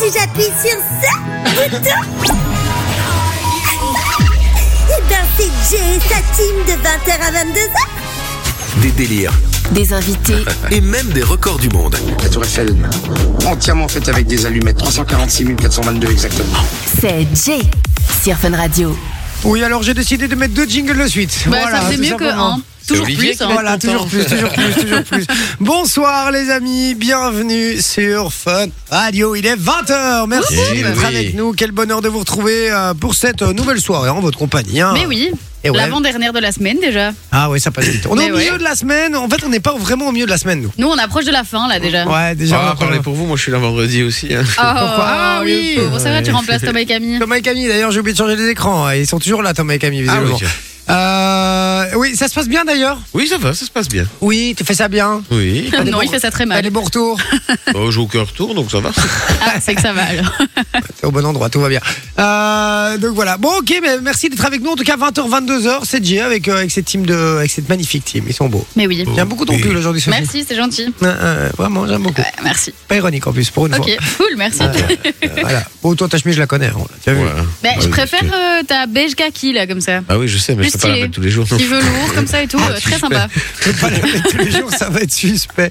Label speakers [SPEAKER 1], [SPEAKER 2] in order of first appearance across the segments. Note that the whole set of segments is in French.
[SPEAKER 1] si j'appuie sur ce bouton Eh ben c'est Jay et sa team de 20h à 22h
[SPEAKER 2] des délires
[SPEAKER 3] Des invités,
[SPEAKER 2] et même des records du monde.
[SPEAKER 4] La tour Eiffel, entièrement faite avec des allumettes, 346 422 exactement.
[SPEAKER 3] c'est Jay sur Fun Radio.
[SPEAKER 5] Oui, alors j'ai décidé de mettre deux jingles de suite.
[SPEAKER 6] Bah,
[SPEAKER 5] Voilà,
[SPEAKER 6] ça faisait
[SPEAKER 5] tout
[SPEAKER 6] mieux que
[SPEAKER 5] simplement.
[SPEAKER 6] un. Toujours
[SPEAKER 7] Olivier
[SPEAKER 6] plus.
[SPEAKER 7] qui
[SPEAKER 6] hein.
[SPEAKER 5] Voilà, toujours plus, toujours plus, toujours plus. Bonsoir les amis, bienvenue sur Fun Radio. Il est 20h, merci
[SPEAKER 7] Wouhou.
[SPEAKER 5] d'être
[SPEAKER 7] Oui.
[SPEAKER 5] avec nous. Quel bonheur de vous retrouver euh, pour cette euh, nouvelle soirée en votre compagnie. hein.
[SPEAKER 6] Mais oui,
[SPEAKER 5] Et ouais.
[SPEAKER 6] l'avant-dernière de la semaine déjà.
[SPEAKER 5] Ah oui, ça passe vite. On est
[SPEAKER 6] Mais
[SPEAKER 5] au
[SPEAKER 6] ouais.
[SPEAKER 5] milieu de la semaine, en fait on n'est pas vraiment au milieu de la semaine nous.
[SPEAKER 6] Nous, on approche de la fin là déjà.
[SPEAKER 5] Ouais, déjà. on
[SPEAKER 7] Ah,
[SPEAKER 5] a
[SPEAKER 7] parlez
[SPEAKER 5] pas-
[SPEAKER 7] pour vous, moi je suis là vendredi aussi. hein.
[SPEAKER 6] Ah,
[SPEAKER 5] Pourquoi
[SPEAKER 6] ah oui, bon, ça va, tu remplaces Thomas et Camille.
[SPEAKER 5] Thomas et Camille, d'ailleurs j'ai oublié de changer les écrans. hein. Ils sont toujours là Thomas et Camille,
[SPEAKER 7] Ah,
[SPEAKER 5] visiblement.
[SPEAKER 7] ok.
[SPEAKER 5] Euh, oui, ça se passe bien d'ailleurs.
[SPEAKER 7] Oui, ça va, ça se passe bien.
[SPEAKER 5] Oui, tu fais ça bien.
[SPEAKER 7] Oui. Bah,
[SPEAKER 6] Non, il fait ça très
[SPEAKER 5] T'as
[SPEAKER 6] mal.
[SPEAKER 5] des bons retours.
[SPEAKER 7] Bon, J'ai aucun retour, donc ça va.
[SPEAKER 6] Ah, c'est que ça va alors.
[SPEAKER 5] T'es au bon endroit, tout va bien. Euh, donc voilà. Bon, ok, mais merci d'être avec nous. En tout cas, 20h, 22h, c'est Jay avec, euh, avec cette team de, avec cette magnifique team. Ils sont beaux.
[SPEAKER 6] Mais oui.
[SPEAKER 5] J'aime beaucoup ton
[SPEAKER 7] Oui.
[SPEAKER 5] pull aujourd'hui, Sophie.
[SPEAKER 6] Merci, c'est gentil.
[SPEAKER 5] Euh, euh, vraiment, j'aime beaucoup.
[SPEAKER 6] Ouais, merci.
[SPEAKER 5] Pas ironique en plus, pour une
[SPEAKER 6] Ok, cool, merci.
[SPEAKER 5] fois. Voilà. Bon, toi, ta chemise, je la connais. hein, on l'a déjà vu.
[SPEAKER 7] Ouais.
[SPEAKER 6] Bah,
[SPEAKER 7] Ah,
[SPEAKER 6] je
[SPEAKER 7] oui,
[SPEAKER 6] préfère
[SPEAKER 7] parce que-
[SPEAKER 6] euh, ta beige kaki là, comme ça.
[SPEAKER 7] Ah oui, je sais, mais je
[SPEAKER 6] Plus
[SPEAKER 7] peux pas la
[SPEAKER 6] stylé.
[SPEAKER 7] mettre tous les jours. Ah, non.
[SPEAKER 6] Petit velours, comme ça et tout. euh, très sympa.
[SPEAKER 5] Je peux pas la mettre tous les jours, ça va être suspect.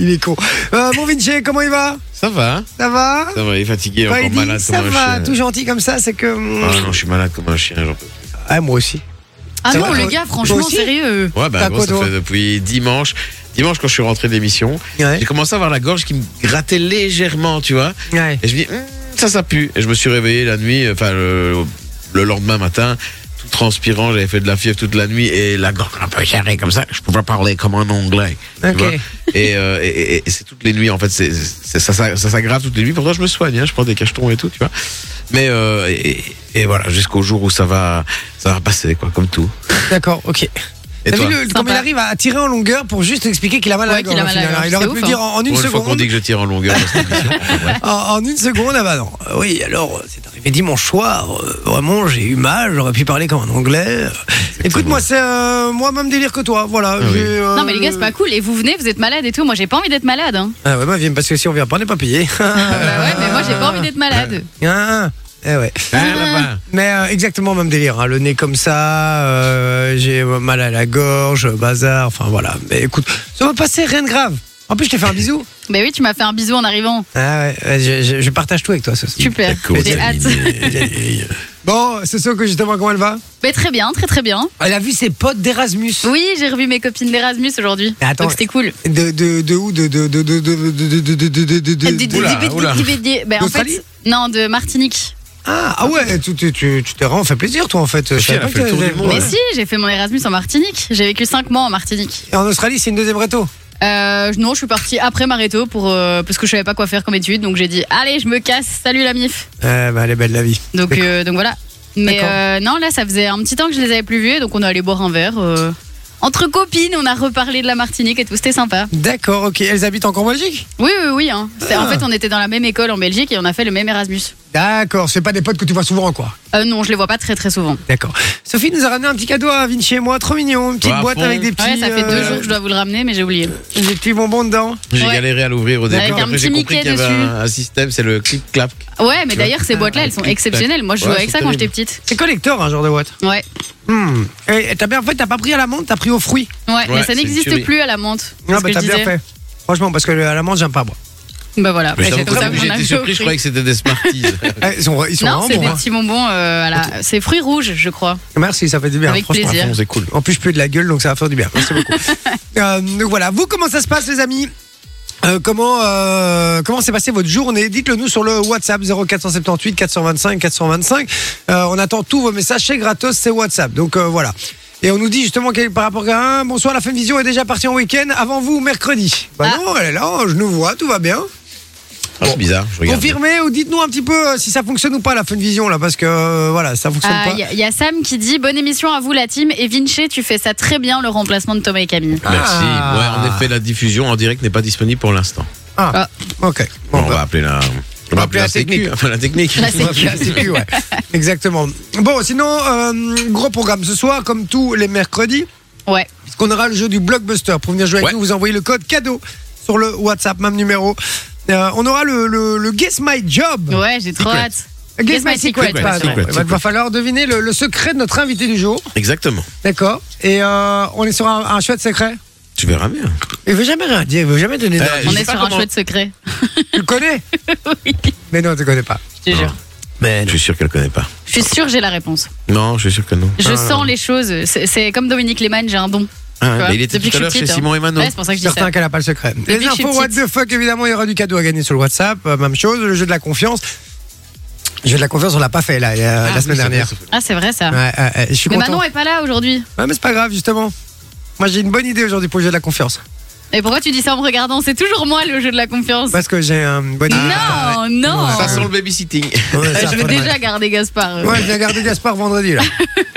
[SPEAKER 5] Il est con. Euh, bon, Vinci, comment il va
[SPEAKER 7] Ça va, hein
[SPEAKER 5] Ça va
[SPEAKER 7] ça va, il est fatigué,
[SPEAKER 5] Quand il
[SPEAKER 7] encore
[SPEAKER 5] dit
[SPEAKER 7] malade
[SPEAKER 5] ça
[SPEAKER 7] comme un
[SPEAKER 5] va,
[SPEAKER 7] chien.
[SPEAKER 5] tout gentil comme ça, c'est que.
[SPEAKER 7] Ah non, je suis malade comme un chien. j'en peux plus.
[SPEAKER 5] Ah, moi aussi.
[SPEAKER 6] Ah
[SPEAKER 5] Ça
[SPEAKER 6] non,
[SPEAKER 5] va,
[SPEAKER 6] le
[SPEAKER 5] toi-
[SPEAKER 6] gars,
[SPEAKER 5] toi
[SPEAKER 6] franchement,
[SPEAKER 5] aussi
[SPEAKER 6] sérieux.
[SPEAKER 7] Ouais, bah
[SPEAKER 5] T'as
[SPEAKER 7] moi,
[SPEAKER 5] quoi,
[SPEAKER 7] ça
[SPEAKER 5] toi
[SPEAKER 7] fait depuis dimanche. Dimanche, quand je suis rentré de l'émission,
[SPEAKER 5] Ouais.
[SPEAKER 7] j'ai commencé à avoir la gorge qui me grattait légèrement, tu vois.
[SPEAKER 5] Ouais.
[SPEAKER 7] Et je me dis, Hum, ça, ça pue. Et je me suis réveillé la nuit, enfin, le, le lendemain matin, tout transpirant, j'avais fait de la fièvre toute la nuit et la gorge un peu carrée comme ça, je pouvais parler comme un anglais. tu
[SPEAKER 5] Ok.
[SPEAKER 7] vois. et euh, et- et- et c'est toutes les nuits, en fait, c'est c'est- ça, ça, ça s'aggrave toutes les nuits. Pourtant, je me soigne, hein, je prends des cachetons et tout, tu vois. Mais, euh, et, et voilà, jusqu'au jour où ça va, ça va passer, quoi, comme tout.
[SPEAKER 5] D'accord, ok.
[SPEAKER 7] Et
[SPEAKER 5] T'as
[SPEAKER 7] toi
[SPEAKER 5] vu le-
[SPEAKER 6] Sympa.
[SPEAKER 5] comme il arrive à tirer en longueur pour juste expliquer qu'il a mal à la
[SPEAKER 6] Ouais,
[SPEAKER 5] gorge.
[SPEAKER 6] qu'il a
[SPEAKER 5] au
[SPEAKER 6] mal à la
[SPEAKER 5] final,
[SPEAKER 6] gorge,
[SPEAKER 5] hein. Il aurait
[SPEAKER 6] c'est
[SPEAKER 5] pu
[SPEAKER 6] ouf,
[SPEAKER 5] le dire en en une
[SPEAKER 7] Pour une fois qu'on
[SPEAKER 5] seconde.
[SPEAKER 7] dit que je tire en longueur dans cette émission.
[SPEAKER 5] En, en une seconde, ah bah non. Euh, Oui, alors, euh, c'est arrivé dimanche soir. euh, vraiment, j'ai eu mal. J'aurais pu parler comme un anglais. Euh, Écoute, moi, c'est euh, moi même délire que toi. Voilà.
[SPEAKER 7] Ah oui.
[SPEAKER 5] j'ai, euh,
[SPEAKER 6] Non, mais les gars, c'est pas cool. Et vous venez, vous êtes malade et tout. Moi, j'ai pas envie d'être malade. Hein.
[SPEAKER 5] Ah ouais, ma vie, parce que si on vient pas, on n'est pas payé.
[SPEAKER 6] Bah ouais, mais moi, j'ai pas envie d'être malade.
[SPEAKER 5] Ah, eh ouais.
[SPEAKER 7] Hein, papa
[SPEAKER 5] Mais euh, exactement même délire, hein. le nez comme ça, euh, j'ai mal à la gorge, bazar, enfin voilà. Mais écoute, ça va passer, rien de grave. En plus, je t'ai fait un bisou.
[SPEAKER 6] Bah oui, tu m'as fait un bisou en arrivant.
[SPEAKER 5] Ah ouais, ouais, je, je- je partage tout avec toi, ce
[SPEAKER 6] Super. J'ai hâte.
[SPEAKER 5] Bon, c'est ça que justement, comment elle va
[SPEAKER 6] Mais Bah, très bien, très très bien.
[SPEAKER 5] Elle a vu ses potes d'Erasmus.
[SPEAKER 6] Oui, j'ai revu mes copines d'Erasmus aujourd'hui.
[SPEAKER 5] Mais attends.
[SPEAKER 6] Donc c'était cool.
[SPEAKER 5] De, de, de où De. De. De. De. De. De. De. de- de- de-
[SPEAKER 6] Ah,
[SPEAKER 5] de- de-
[SPEAKER 7] oula, oula.
[SPEAKER 6] Ben, en
[SPEAKER 5] D'Australie
[SPEAKER 6] fait, non, de Martinique.
[SPEAKER 5] Ah, ah ouais, tu tu- tu- tu t'es vraiment fait plaisir, toi, en fait. Je
[SPEAKER 7] elle
[SPEAKER 5] savais
[SPEAKER 7] a
[SPEAKER 5] pas
[SPEAKER 7] fait le
[SPEAKER 5] que
[SPEAKER 7] tour du
[SPEAKER 5] t'avais-
[SPEAKER 7] monde.
[SPEAKER 6] Mais
[SPEAKER 7] Ouais.
[SPEAKER 6] si, j'ai fait mon Erasmus en Martinique. J'ai vécu 5 mois en Martinique.
[SPEAKER 5] Et En Australie, c'est une deuxième râteau.
[SPEAKER 6] Euh, non, je suis partie après Maréto pour, euh, parce que je savais pas quoi faire comme étude. Donc j'ai dit, allez, je me casse. Salut la MIF.
[SPEAKER 5] Eh ben, elle est belle, la vie.
[SPEAKER 6] Donc,
[SPEAKER 5] D'accord.
[SPEAKER 6] euh, donc voilà. Mais
[SPEAKER 5] D'accord.
[SPEAKER 6] euh, non, là, ça faisait un petit temps que je les avais plus vus. Donc on est allé boire un verre. euh, entre copines, on a reparlé de la Martinique et tout. C'était sympa.
[SPEAKER 5] D'accord, ok. Elles habitent encore en Belgique
[SPEAKER 6] Oui, oui, oui. hein. C'est-
[SPEAKER 7] Ah.
[SPEAKER 6] En fait, on était dans la même école en Belgique et on a fait le même Erasmus.
[SPEAKER 5] D'accord, c'est pas des potes que tu vois souvent, quoi.
[SPEAKER 6] Euh, non, je les vois pas très très souvent.
[SPEAKER 5] D'accord. Sophie nous a ramené un petit cadeau à Vinci et moi, trop mignon. Une petite
[SPEAKER 7] Ouais, à
[SPEAKER 5] boîte
[SPEAKER 7] fond.
[SPEAKER 5] avec des petits.
[SPEAKER 6] Ah Ouais, ça fait deux
[SPEAKER 5] euh,
[SPEAKER 6] jours que je dois vous le ramener, mais j'ai oublié.
[SPEAKER 5] Des petits bonbons dedans.
[SPEAKER 7] J'ai
[SPEAKER 6] Ouais.
[SPEAKER 7] galéré à l'ouvrir au
[SPEAKER 6] Avec
[SPEAKER 7] début.
[SPEAKER 6] un
[SPEAKER 7] Après, j'ai
[SPEAKER 6] petit
[SPEAKER 7] compris
[SPEAKER 6] Mickey
[SPEAKER 7] qu'il y avait
[SPEAKER 6] dessus.
[SPEAKER 7] un, un système, c'est le clic-clap.
[SPEAKER 6] Ouais, mais d'ailleurs, ces
[SPEAKER 5] Ah,
[SPEAKER 6] boîtes-là, elles sont
[SPEAKER 7] clic-clac.
[SPEAKER 6] exceptionnelles. Moi, je
[SPEAKER 7] Ouais,
[SPEAKER 6] jouais avec
[SPEAKER 7] c'est
[SPEAKER 6] ça quand j'étais
[SPEAKER 7] terrible.
[SPEAKER 6] petite.
[SPEAKER 5] C'est collector, un genre de boîte.
[SPEAKER 6] Ouais,
[SPEAKER 5] Hmm. Et t'as bien fait, t'as pas pris à la menthe, t'as pris aux fruits.
[SPEAKER 6] ouais,
[SPEAKER 7] Ouais,
[SPEAKER 6] mais ça
[SPEAKER 7] c'est Ah, bah,
[SPEAKER 6] n'existe
[SPEAKER 7] une
[SPEAKER 6] plus à la menthe.
[SPEAKER 5] Non,
[SPEAKER 6] C'est ce que
[SPEAKER 5] bah, t'as
[SPEAKER 6] je
[SPEAKER 5] bien
[SPEAKER 6] disais.
[SPEAKER 5] fait. Franchement, parce que le- à la menthe, j'aime pas, moi.
[SPEAKER 6] Bah voilà,
[SPEAKER 7] Mais
[SPEAKER 6] c'est
[SPEAKER 7] j'avoue
[SPEAKER 6] comme
[SPEAKER 7] que
[SPEAKER 6] ça qu'on
[SPEAKER 7] j'ai
[SPEAKER 6] a
[SPEAKER 7] été
[SPEAKER 6] joué
[SPEAKER 7] surpris,
[SPEAKER 6] au
[SPEAKER 7] je croyais
[SPEAKER 6] fruit.
[SPEAKER 7] que c'était des Smarties.
[SPEAKER 5] Eh, Ils sont, ils sont
[SPEAKER 6] Non,
[SPEAKER 5] vraiment
[SPEAKER 6] c'est des
[SPEAKER 5] bons. hein.
[SPEAKER 6] petits bonbons, euh, voilà. C'est fruits rouges, je crois.
[SPEAKER 5] Merci, ça fait du bien.
[SPEAKER 6] Avec
[SPEAKER 5] franchement.
[SPEAKER 6] plaisir.
[SPEAKER 7] C'est cool.
[SPEAKER 5] En plus, je peux de la gueule, donc ça va faire du bien. Merci beaucoup. Euh, donc voilà, vous, comment ça se passe, les amis Euh, comment euh, comment s'est passée votre journée Dites-le nous sur le WhatsApp 0478 425 425. Euh, on attend tous vos messages. C'est gratos, c'est WhatsApp. Donc euh, voilà. Et on nous dit justement qu'elle- par rapport à un bonsoir, la fin vision est déjà partie en week-end avant vous mercredi. Bah
[SPEAKER 6] Ah.
[SPEAKER 5] non, elle est là, je nous vois, tout va bien.
[SPEAKER 7] Ah, c'est bizarre. Je regarde.
[SPEAKER 5] Confirmez ou dites-nous un petit peu euh, si ça fonctionne ou pas la fin vision là, parce que euh, voilà, ça fonctionne
[SPEAKER 6] Ah,
[SPEAKER 5] pas.
[SPEAKER 6] Il y, a- il y a Sam qui dit Bonne émission à vous, la team. Et Vinci, tu fais ça très bien, le remplacement de Thomas et Camille.
[SPEAKER 7] Merci.
[SPEAKER 5] Ah.
[SPEAKER 7] Ouais, en effet, la diffusion en direct n'est pas disponible pour l'instant.
[SPEAKER 5] Ah. Ok. Bon,
[SPEAKER 7] Bon, bah, on
[SPEAKER 5] bah,
[SPEAKER 7] va appeler la. On
[SPEAKER 5] va appeler
[SPEAKER 7] va appeler
[SPEAKER 5] la
[SPEAKER 7] la sécu.
[SPEAKER 5] technique.
[SPEAKER 7] Enfin, la technique.
[SPEAKER 6] La sécu.
[SPEAKER 5] Ouais, c'est plus, ouais. Exactement. Bon, sinon, euh, gros programme ce soir, comme tous les mercredis,
[SPEAKER 6] Ouais.
[SPEAKER 5] puisqu'on aura le jeu du blockbuster. Pour venir jouer avec
[SPEAKER 7] Ouais.
[SPEAKER 5] nous, vous envoyez le code cadeau sur le WhatsApp, même numéro. Euh, on aura le, le- le Guess My Job.
[SPEAKER 6] Ouais, j'ai trop
[SPEAKER 7] Secret.
[SPEAKER 6] hâte.
[SPEAKER 5] Guess, My Secret.
[SPEAKER 6] Secret,
[SPEAKER 5] pardon.
[SPEAKER 7] Secret,
[SPEAKER 5] Il va-
[SPEAKER 7] Secret.
[SPEAKER 5] va falloir deviner le, le secret de notre invité du jour.
[SPEAKER 7] Exactement.
[SPEAKER 5] D'accord. Et euh, on est sur un, un chouette secret.
[SPEAKER 7] Tu verras bien.
[SPEAKER 5] Il veut jamais rien dire, il veut jamais donner
[SPEAKER 7] Euh,
[SPEAKER 5] d'indice.
[SPEAKER 7] je
[SPEAKER 6] On
[SPEAKER 7] sais
[SPEAKER 6] est
[SPEAKER 7] pas
[SPEAKER 6] sur un
[SPEAKER 7] comment-
[SPEAKER 6] chouette secret,
[SPEAKER 5] Tu le connais
[SPEAKER 6] Oui.
[SPEAKER 5] Mais non, tu le connais pas.
[SPEAKER 6] je
[SPEAKER 7] Ah.
[SPEAKER 6] te jure.
[SPEAKER 7] Je suis sûr qu'elle connaît pas.
[SPEAKER 6] Je suis sûre que j'ai la réponse.
[SPEAKER 7] Non, je suis sûr que non.
[SPEAKER 5] Ah.
[SPEAKER 6] Je sens les choses. C'est- C'est comme Dominique Lehmann, j'ai un don.
[SPEAKER 7] Ah,
[SPEAKER 6] Tu vois,
[SPEAKER 7] mais il était
[SPEAKER 6] depuis
[SPEAKER 7] tout à
[SPEAKER 6] que je
[SPEAKER 7] l'heure
[SPEAKER 6] suis
[SPEAKER 7] chez
[SPEAKER 6] petite, hein.
[SPEAKER 7] Simon et Manon.
[SPEAKER 6] Ouais, c'est pour ça que je dis
[SPEAKER 5] Certain
[SPEAKER 6] ça.
[SPEAKER 5] qu'elle n'a pas le secret.
[SPEAKER 6] Depuis
[SPEAKER 5] Les
[SPEAKER 6] que je suis
[SPEAKER 5] infos, what
[SPEAKER 6] petite.
[SPEAKER 5] the fuck, évidemment, il y aura du cadeau à gagner sur le WhatsApp. euh, Même chose, le jeu de la confiance. Le jeu de la confiance, on l'a pas fait là, euh, la semaine dernière.
[SPEAKER 6] Ah, c'est vrai ça.
[SPEAKER 5] Ouais, ouais, ouais, je suis
[SPEAKER 6] Mais
[SPEAKER 5] content.
[SPEAKER 6] Manon est pas là aujourd'hui.
[SPEAKER 5] Ouais, mais c'est pas grave, justement. Moi, j'ai une bonne idée aujourd'hui pour le jeu de la confiance.
[SPEAKER 6] Et pourquoi tu dis ça en me regardant C'est toujours moi le jeu de la confiance.
[SPEAKER 5] Parce que j'ai euh, une bonne idée.
[SPEAKER 6] Non, non.
[SPEAKER 7] Ça sent le babysitting.
[SPEAKER 5] Ouais,
[SPEAKER 6] Euh,
[SPEAKER 5] ça,
[SPEAKER 6] Je vais
[SPEAKER 5] faudrait-
[SPEAKER 6] déjà garder Gaspard.
[SPEAKER 5] Ouais, j'ai gardé Gaspard vendredi là.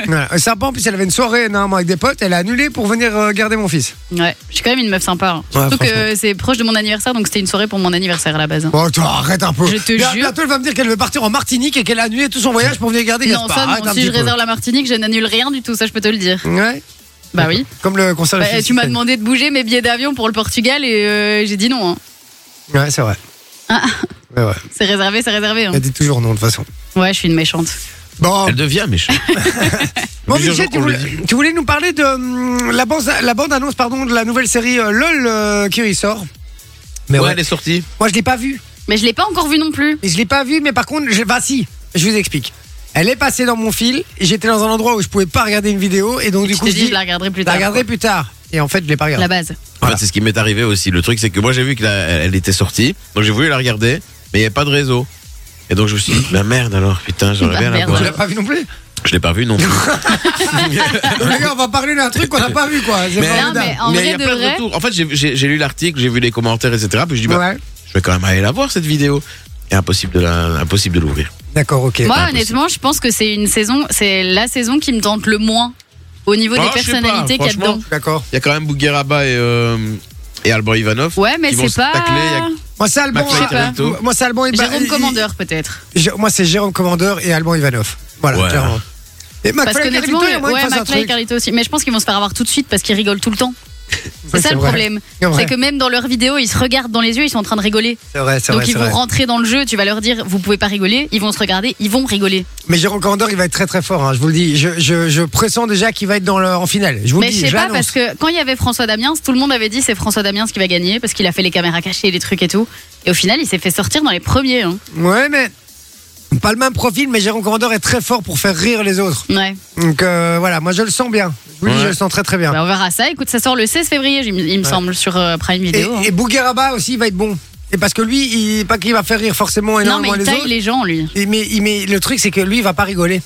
[SPEAKER 5] voilà. Et Sympa, en plus, elle avait une soirée normalement avec des potes, elle a annulé pour venir euh, garder mon fils.
[SPEAKER 6] Ouais, je suis quand même une meuf sympa. hein.
[SPEAKER 5] Ouais,
[SPEAKER 6] Surtout
[SPEAKER 5] franchement.
[SPEAKER 6] que c'est proche de mon anniversaire, donc c'était une soirée pour mon anniversaire à la base. hein.
[SPEAKER 5] Oh, toi, arrête un peu.
[SPEAKER 6] Je te
[SPEAKER 5] Bien-
[SPEAKER 6] jure.
[SPEAKER 5] Bientôt, elle va me dire qu'elle veut partir en Martinique et qu'elle a annulé tout son voyage pour venir garder
[SPEAKER 6] Non,
[SPEAKER 5] Gaspard.
[SPEAKER 6] ça,
[SPEAKER 5] Arrête
[SPEAKER 6] non.
[SPEAKER 5] un
[SPEAKER 6] si
[SPEAKER 5] petit
[SPEAKER 6] je
[SPEAKER 5] peu.
[SPEAKER 6] réserve la Martinique, je n'annule rien du tout, ça je peux te le dire.
[SPEAKER 5] Ouais.
[SPEAKER 6] Bah oui.
[SPEAKER 5] Comme le concert de
[SPEAKER 6] Bah,
[SPEAKER 5] Fifty
[SPEAKER 6] tu m'as
[SPEAKER 5] Cent.
[SPEAKER 6] demandé de bouger mes billets d'avion pour le Portugal et euh, j'ai dit non. hein.
[SPEAKER 5] Ouais, c'est vrai.
[SPEAKER 6] Ah.
[SPEAKER 5] Ouais, ouais.
[SPEAKER 6] C'est réservé, c'est réservé. hein.
[SPEAKER 5] Elle dit toujours non, de toute façon.
[SPEAKER 6] Ouais, je suis une méchante.
[SPEAKER 5] Bon,
[SPEAKER 7] Elle devient méchante.
[SPEAKER 5] bon Michel,
[SPEAKER 7] plusieurs jours
[SPEAKER 5] tu
[SPEAKER 7] qu'on
[SPEAKER 5] voulais,
[SPEAKER 7] le
[SPEAKER 5] tu voulais nous parler de hum, la bande, la bande annonce pardon, de la nouvelle série euh, LOL euh, qui ressort. Mais
[SPEAKER 7] Ouais,
[SPEAKER 5] ouais,
[SPEAKER 7] elle est sortie.
[SPEAKER 5] moi, je l'ai pas vue.
[SPEAKER 6] Mais je l'ai pas encore vu non plus.
[SPEAKER 5] Et je l'ai pas vue, mais par contre, je... bah si, je vous explique. Elle est passée dans mon fil, et j'étais dans un endroit où je pouvais pas regarder une vidéo, et donc du
[SPEAKER 6] je
[SPEAKER 5] coup,
[SPEAKER 6] te
[SPEAKER 5] je
[SPEAKER 6] dis,
[SPEAKER 5] dis,
[SPEAKER 6] je la regarderai plus
[SPEAKER 5] la
[SPEAKER 6] tard.
[SPEAKER 5] regarderai plus tard. Et en fait, je l'ai pas regardée.
[SPEAKER 6] La base.
[SPEAKER 5] Voilà.
[SPEAKER 7] En fait, c'est ce qui m'est arrivé aussi. Le truc, c'est que moi, j'ai vu qu'elle était sortie. Donc, j'ai voulu la regarder, mais il n'y avait pas de réseau. Et donc, je me suis dit, bah merde alors, putain, j'aurais
[SPEAKER 6] Bah,
[SPEAKER 7] bien la
[SPEAKER 6] merde.
[SPEAKER 7] voir.
[SPEAKER 5] Tu l'as pas vue non plus
[SPEAKER 7] Je l'ai pas vu non plus.
[SPEAKER 5] Non, Les gars, on va parler d'un truc qu'on n'a pas vu, quoi. C'est
[SPEAKER 7] Mais-
[SPEAKER 5] formidable.
[SPEAKER 6] Non, mais en
[SPEAKER 7] Mais il
[SPEAKER 6] vrai
[SPEAKER 7] y a
[SPEAKER 6] de
[SPEAKER 7] plein de
[SPEAKER 6] vrai-
[SPEAKER 7] retours. En fait, j'ai- j'ai j'ai lu l'article, j'ai vu les commentaires, etc. Puis je dis, bah,
[SPEAKER 5] Ouais.
[SPEAKER 7] je vais quand même aller la voir cette vidéo. Et impossible de la- impossible de l'ouvrir.
[SPEAKER 5] D'accord, ok.
[SPEAKER 6] Moi,
[SPEAKER 7] impossible.
[SPEAKER 6] honnêtement, je pense que c'est une saison, c'est la saison qui me tente le moins au niveau
[SPEAKER 7] Ah,
[SPEAKER 6] des
[SPEAKER 7] je sais pas,
[SPEAKER 6] personnalités qu'il y a
[SPEAKER 7] franchement.
[SPEAKER 6] dedans.
[SPEAKER 5] D'accord.
[SPEAKER 7] Il y a quand même Bougueraba et, euh, et Alban Ivanov.
[SPEAKER 6] Ouais, mais
[SPEAKER 7] qui vont
[SPEAKER 6] c'est
[SPEAKER 7] se
[SPEAKER 6] pas.
[SPEAKER 7] tacler, il y a-
[SPEAKER 5] Moi, c'est Alban.
[SPEAKER 7] McFly,
[SPEAKER 5] euh,
[SPEAKER 7] Taranto.
[SPEAKER 5] Moi, c'est Alban et
[SPEAKER 6] Jérôme
[SPEAKER 5] Eh ben, il-
[SPEAKER 6] Commandeur, peut-être.
[SPEAKER 5] Jé- Moi, c'est Jérôme Commandeur et Alban Ivanov. Voilà,
[SPEAKER 7] Ouais.
[SPEAKER 5] clairement. Et McFly
[SPEAKER 6] Parce
[SPEAKER 5] et Carlito,
[SPEAKER 6] qu'honnêtement,
[SPEAKER 5] Ah, il y a moyen
[SPEAKER 6] ouais,
[SPEAKER 5] qu'ils fassent un
[SPEAKER 6] McFly et
[SPEAKER 5] truc.
[SPEAKER 6] Carlito aussi. Mais je pense qu'ils vont se faire avoir tout de suite parce qu'ils rigolent tout le temps. C'est
[SPEAKER 5] Oui,
[SPEAKER 6] ça le
[SPEAKER 5] vrai.
[SPEAKER 6] problème.
[SPEAKER 5] C'est vrai.
[SPEAKER 6] C'est que même dans leurs vidéos, ils se regardent dans les yeux, ils sont en train de rigoler.
[SPEAKER 5] C'est vrai, c'est
[SPEAKER 6] Donc
[SPEAKER 5] vrai.
[SPEAKER 6] ils
[SPEAKER 5] c'est
[SPEAKER 6] vont
[SPEAKER 5] vrai.
[SPEAKER 6] rentrer dans le jeu, tu vas leur dire, vous pouvez pas rigoler, ils vont se regarder, ils vont rigoler.
[SPEAKER 5] Mais Jérôme Commandeur, il va être très très fort, hein, je vous le dis. Je, je, je pressens déjà qu'il va être dans le, en finale. Je vous
[SPEAKER 6] Mais
[SPEAKER 5] le
[SPEAKER 6] je
[SPEAKER 5] dis,
[SPEAKER 6] sais pas,
[SPEAKER 5] l'annonce.
[SPEAKER 6] parce que quand il y avait François Damiens, tout le monde avait dit c'est François Damiens qui va gagner parce qu'il a fait les caméras cachées, les trucs et tout. Et au final, il s'est fait sortir dans les premiers. hein.
[SPEAKER 5] Ouais, mais. Pas le même profil, mais Jérôme Commandeur est très fort pour faire rire les autres.
[SPEAKER 6] Ouais.
[SPEAKER 5] Donc euh, voilà, moi je le sens bien. Je vous le dis,
[SPEAKER 7] Ouais.
[SPEAKER 5] je le sens très très bien.
[SPEAKER 6] Bah, on verra ça. Écoute, ça sort le 16 février, il me- il me semble, sur euh, Prime
[SPEAKER 5] Et,
[SPEAKER 6] Video. hein.
[SPEAKER 5] et Bougueraba aussi, il va être bon. Et parce que lui, il, pas qu'il va faire rire forcément
[SPEAKER 6] non, mais
[SPEAKER 5] énormément
[SPEAKER 6] il
[SPEAKER 5] les
[SPEAKER 6] taille
[SPEAKER 5] autres.
[SPEAKER 6] les gens, lui.
[SPEAKER 5] Et- Mais, il- mais le truc, c'est que lui, il va pas rigoler.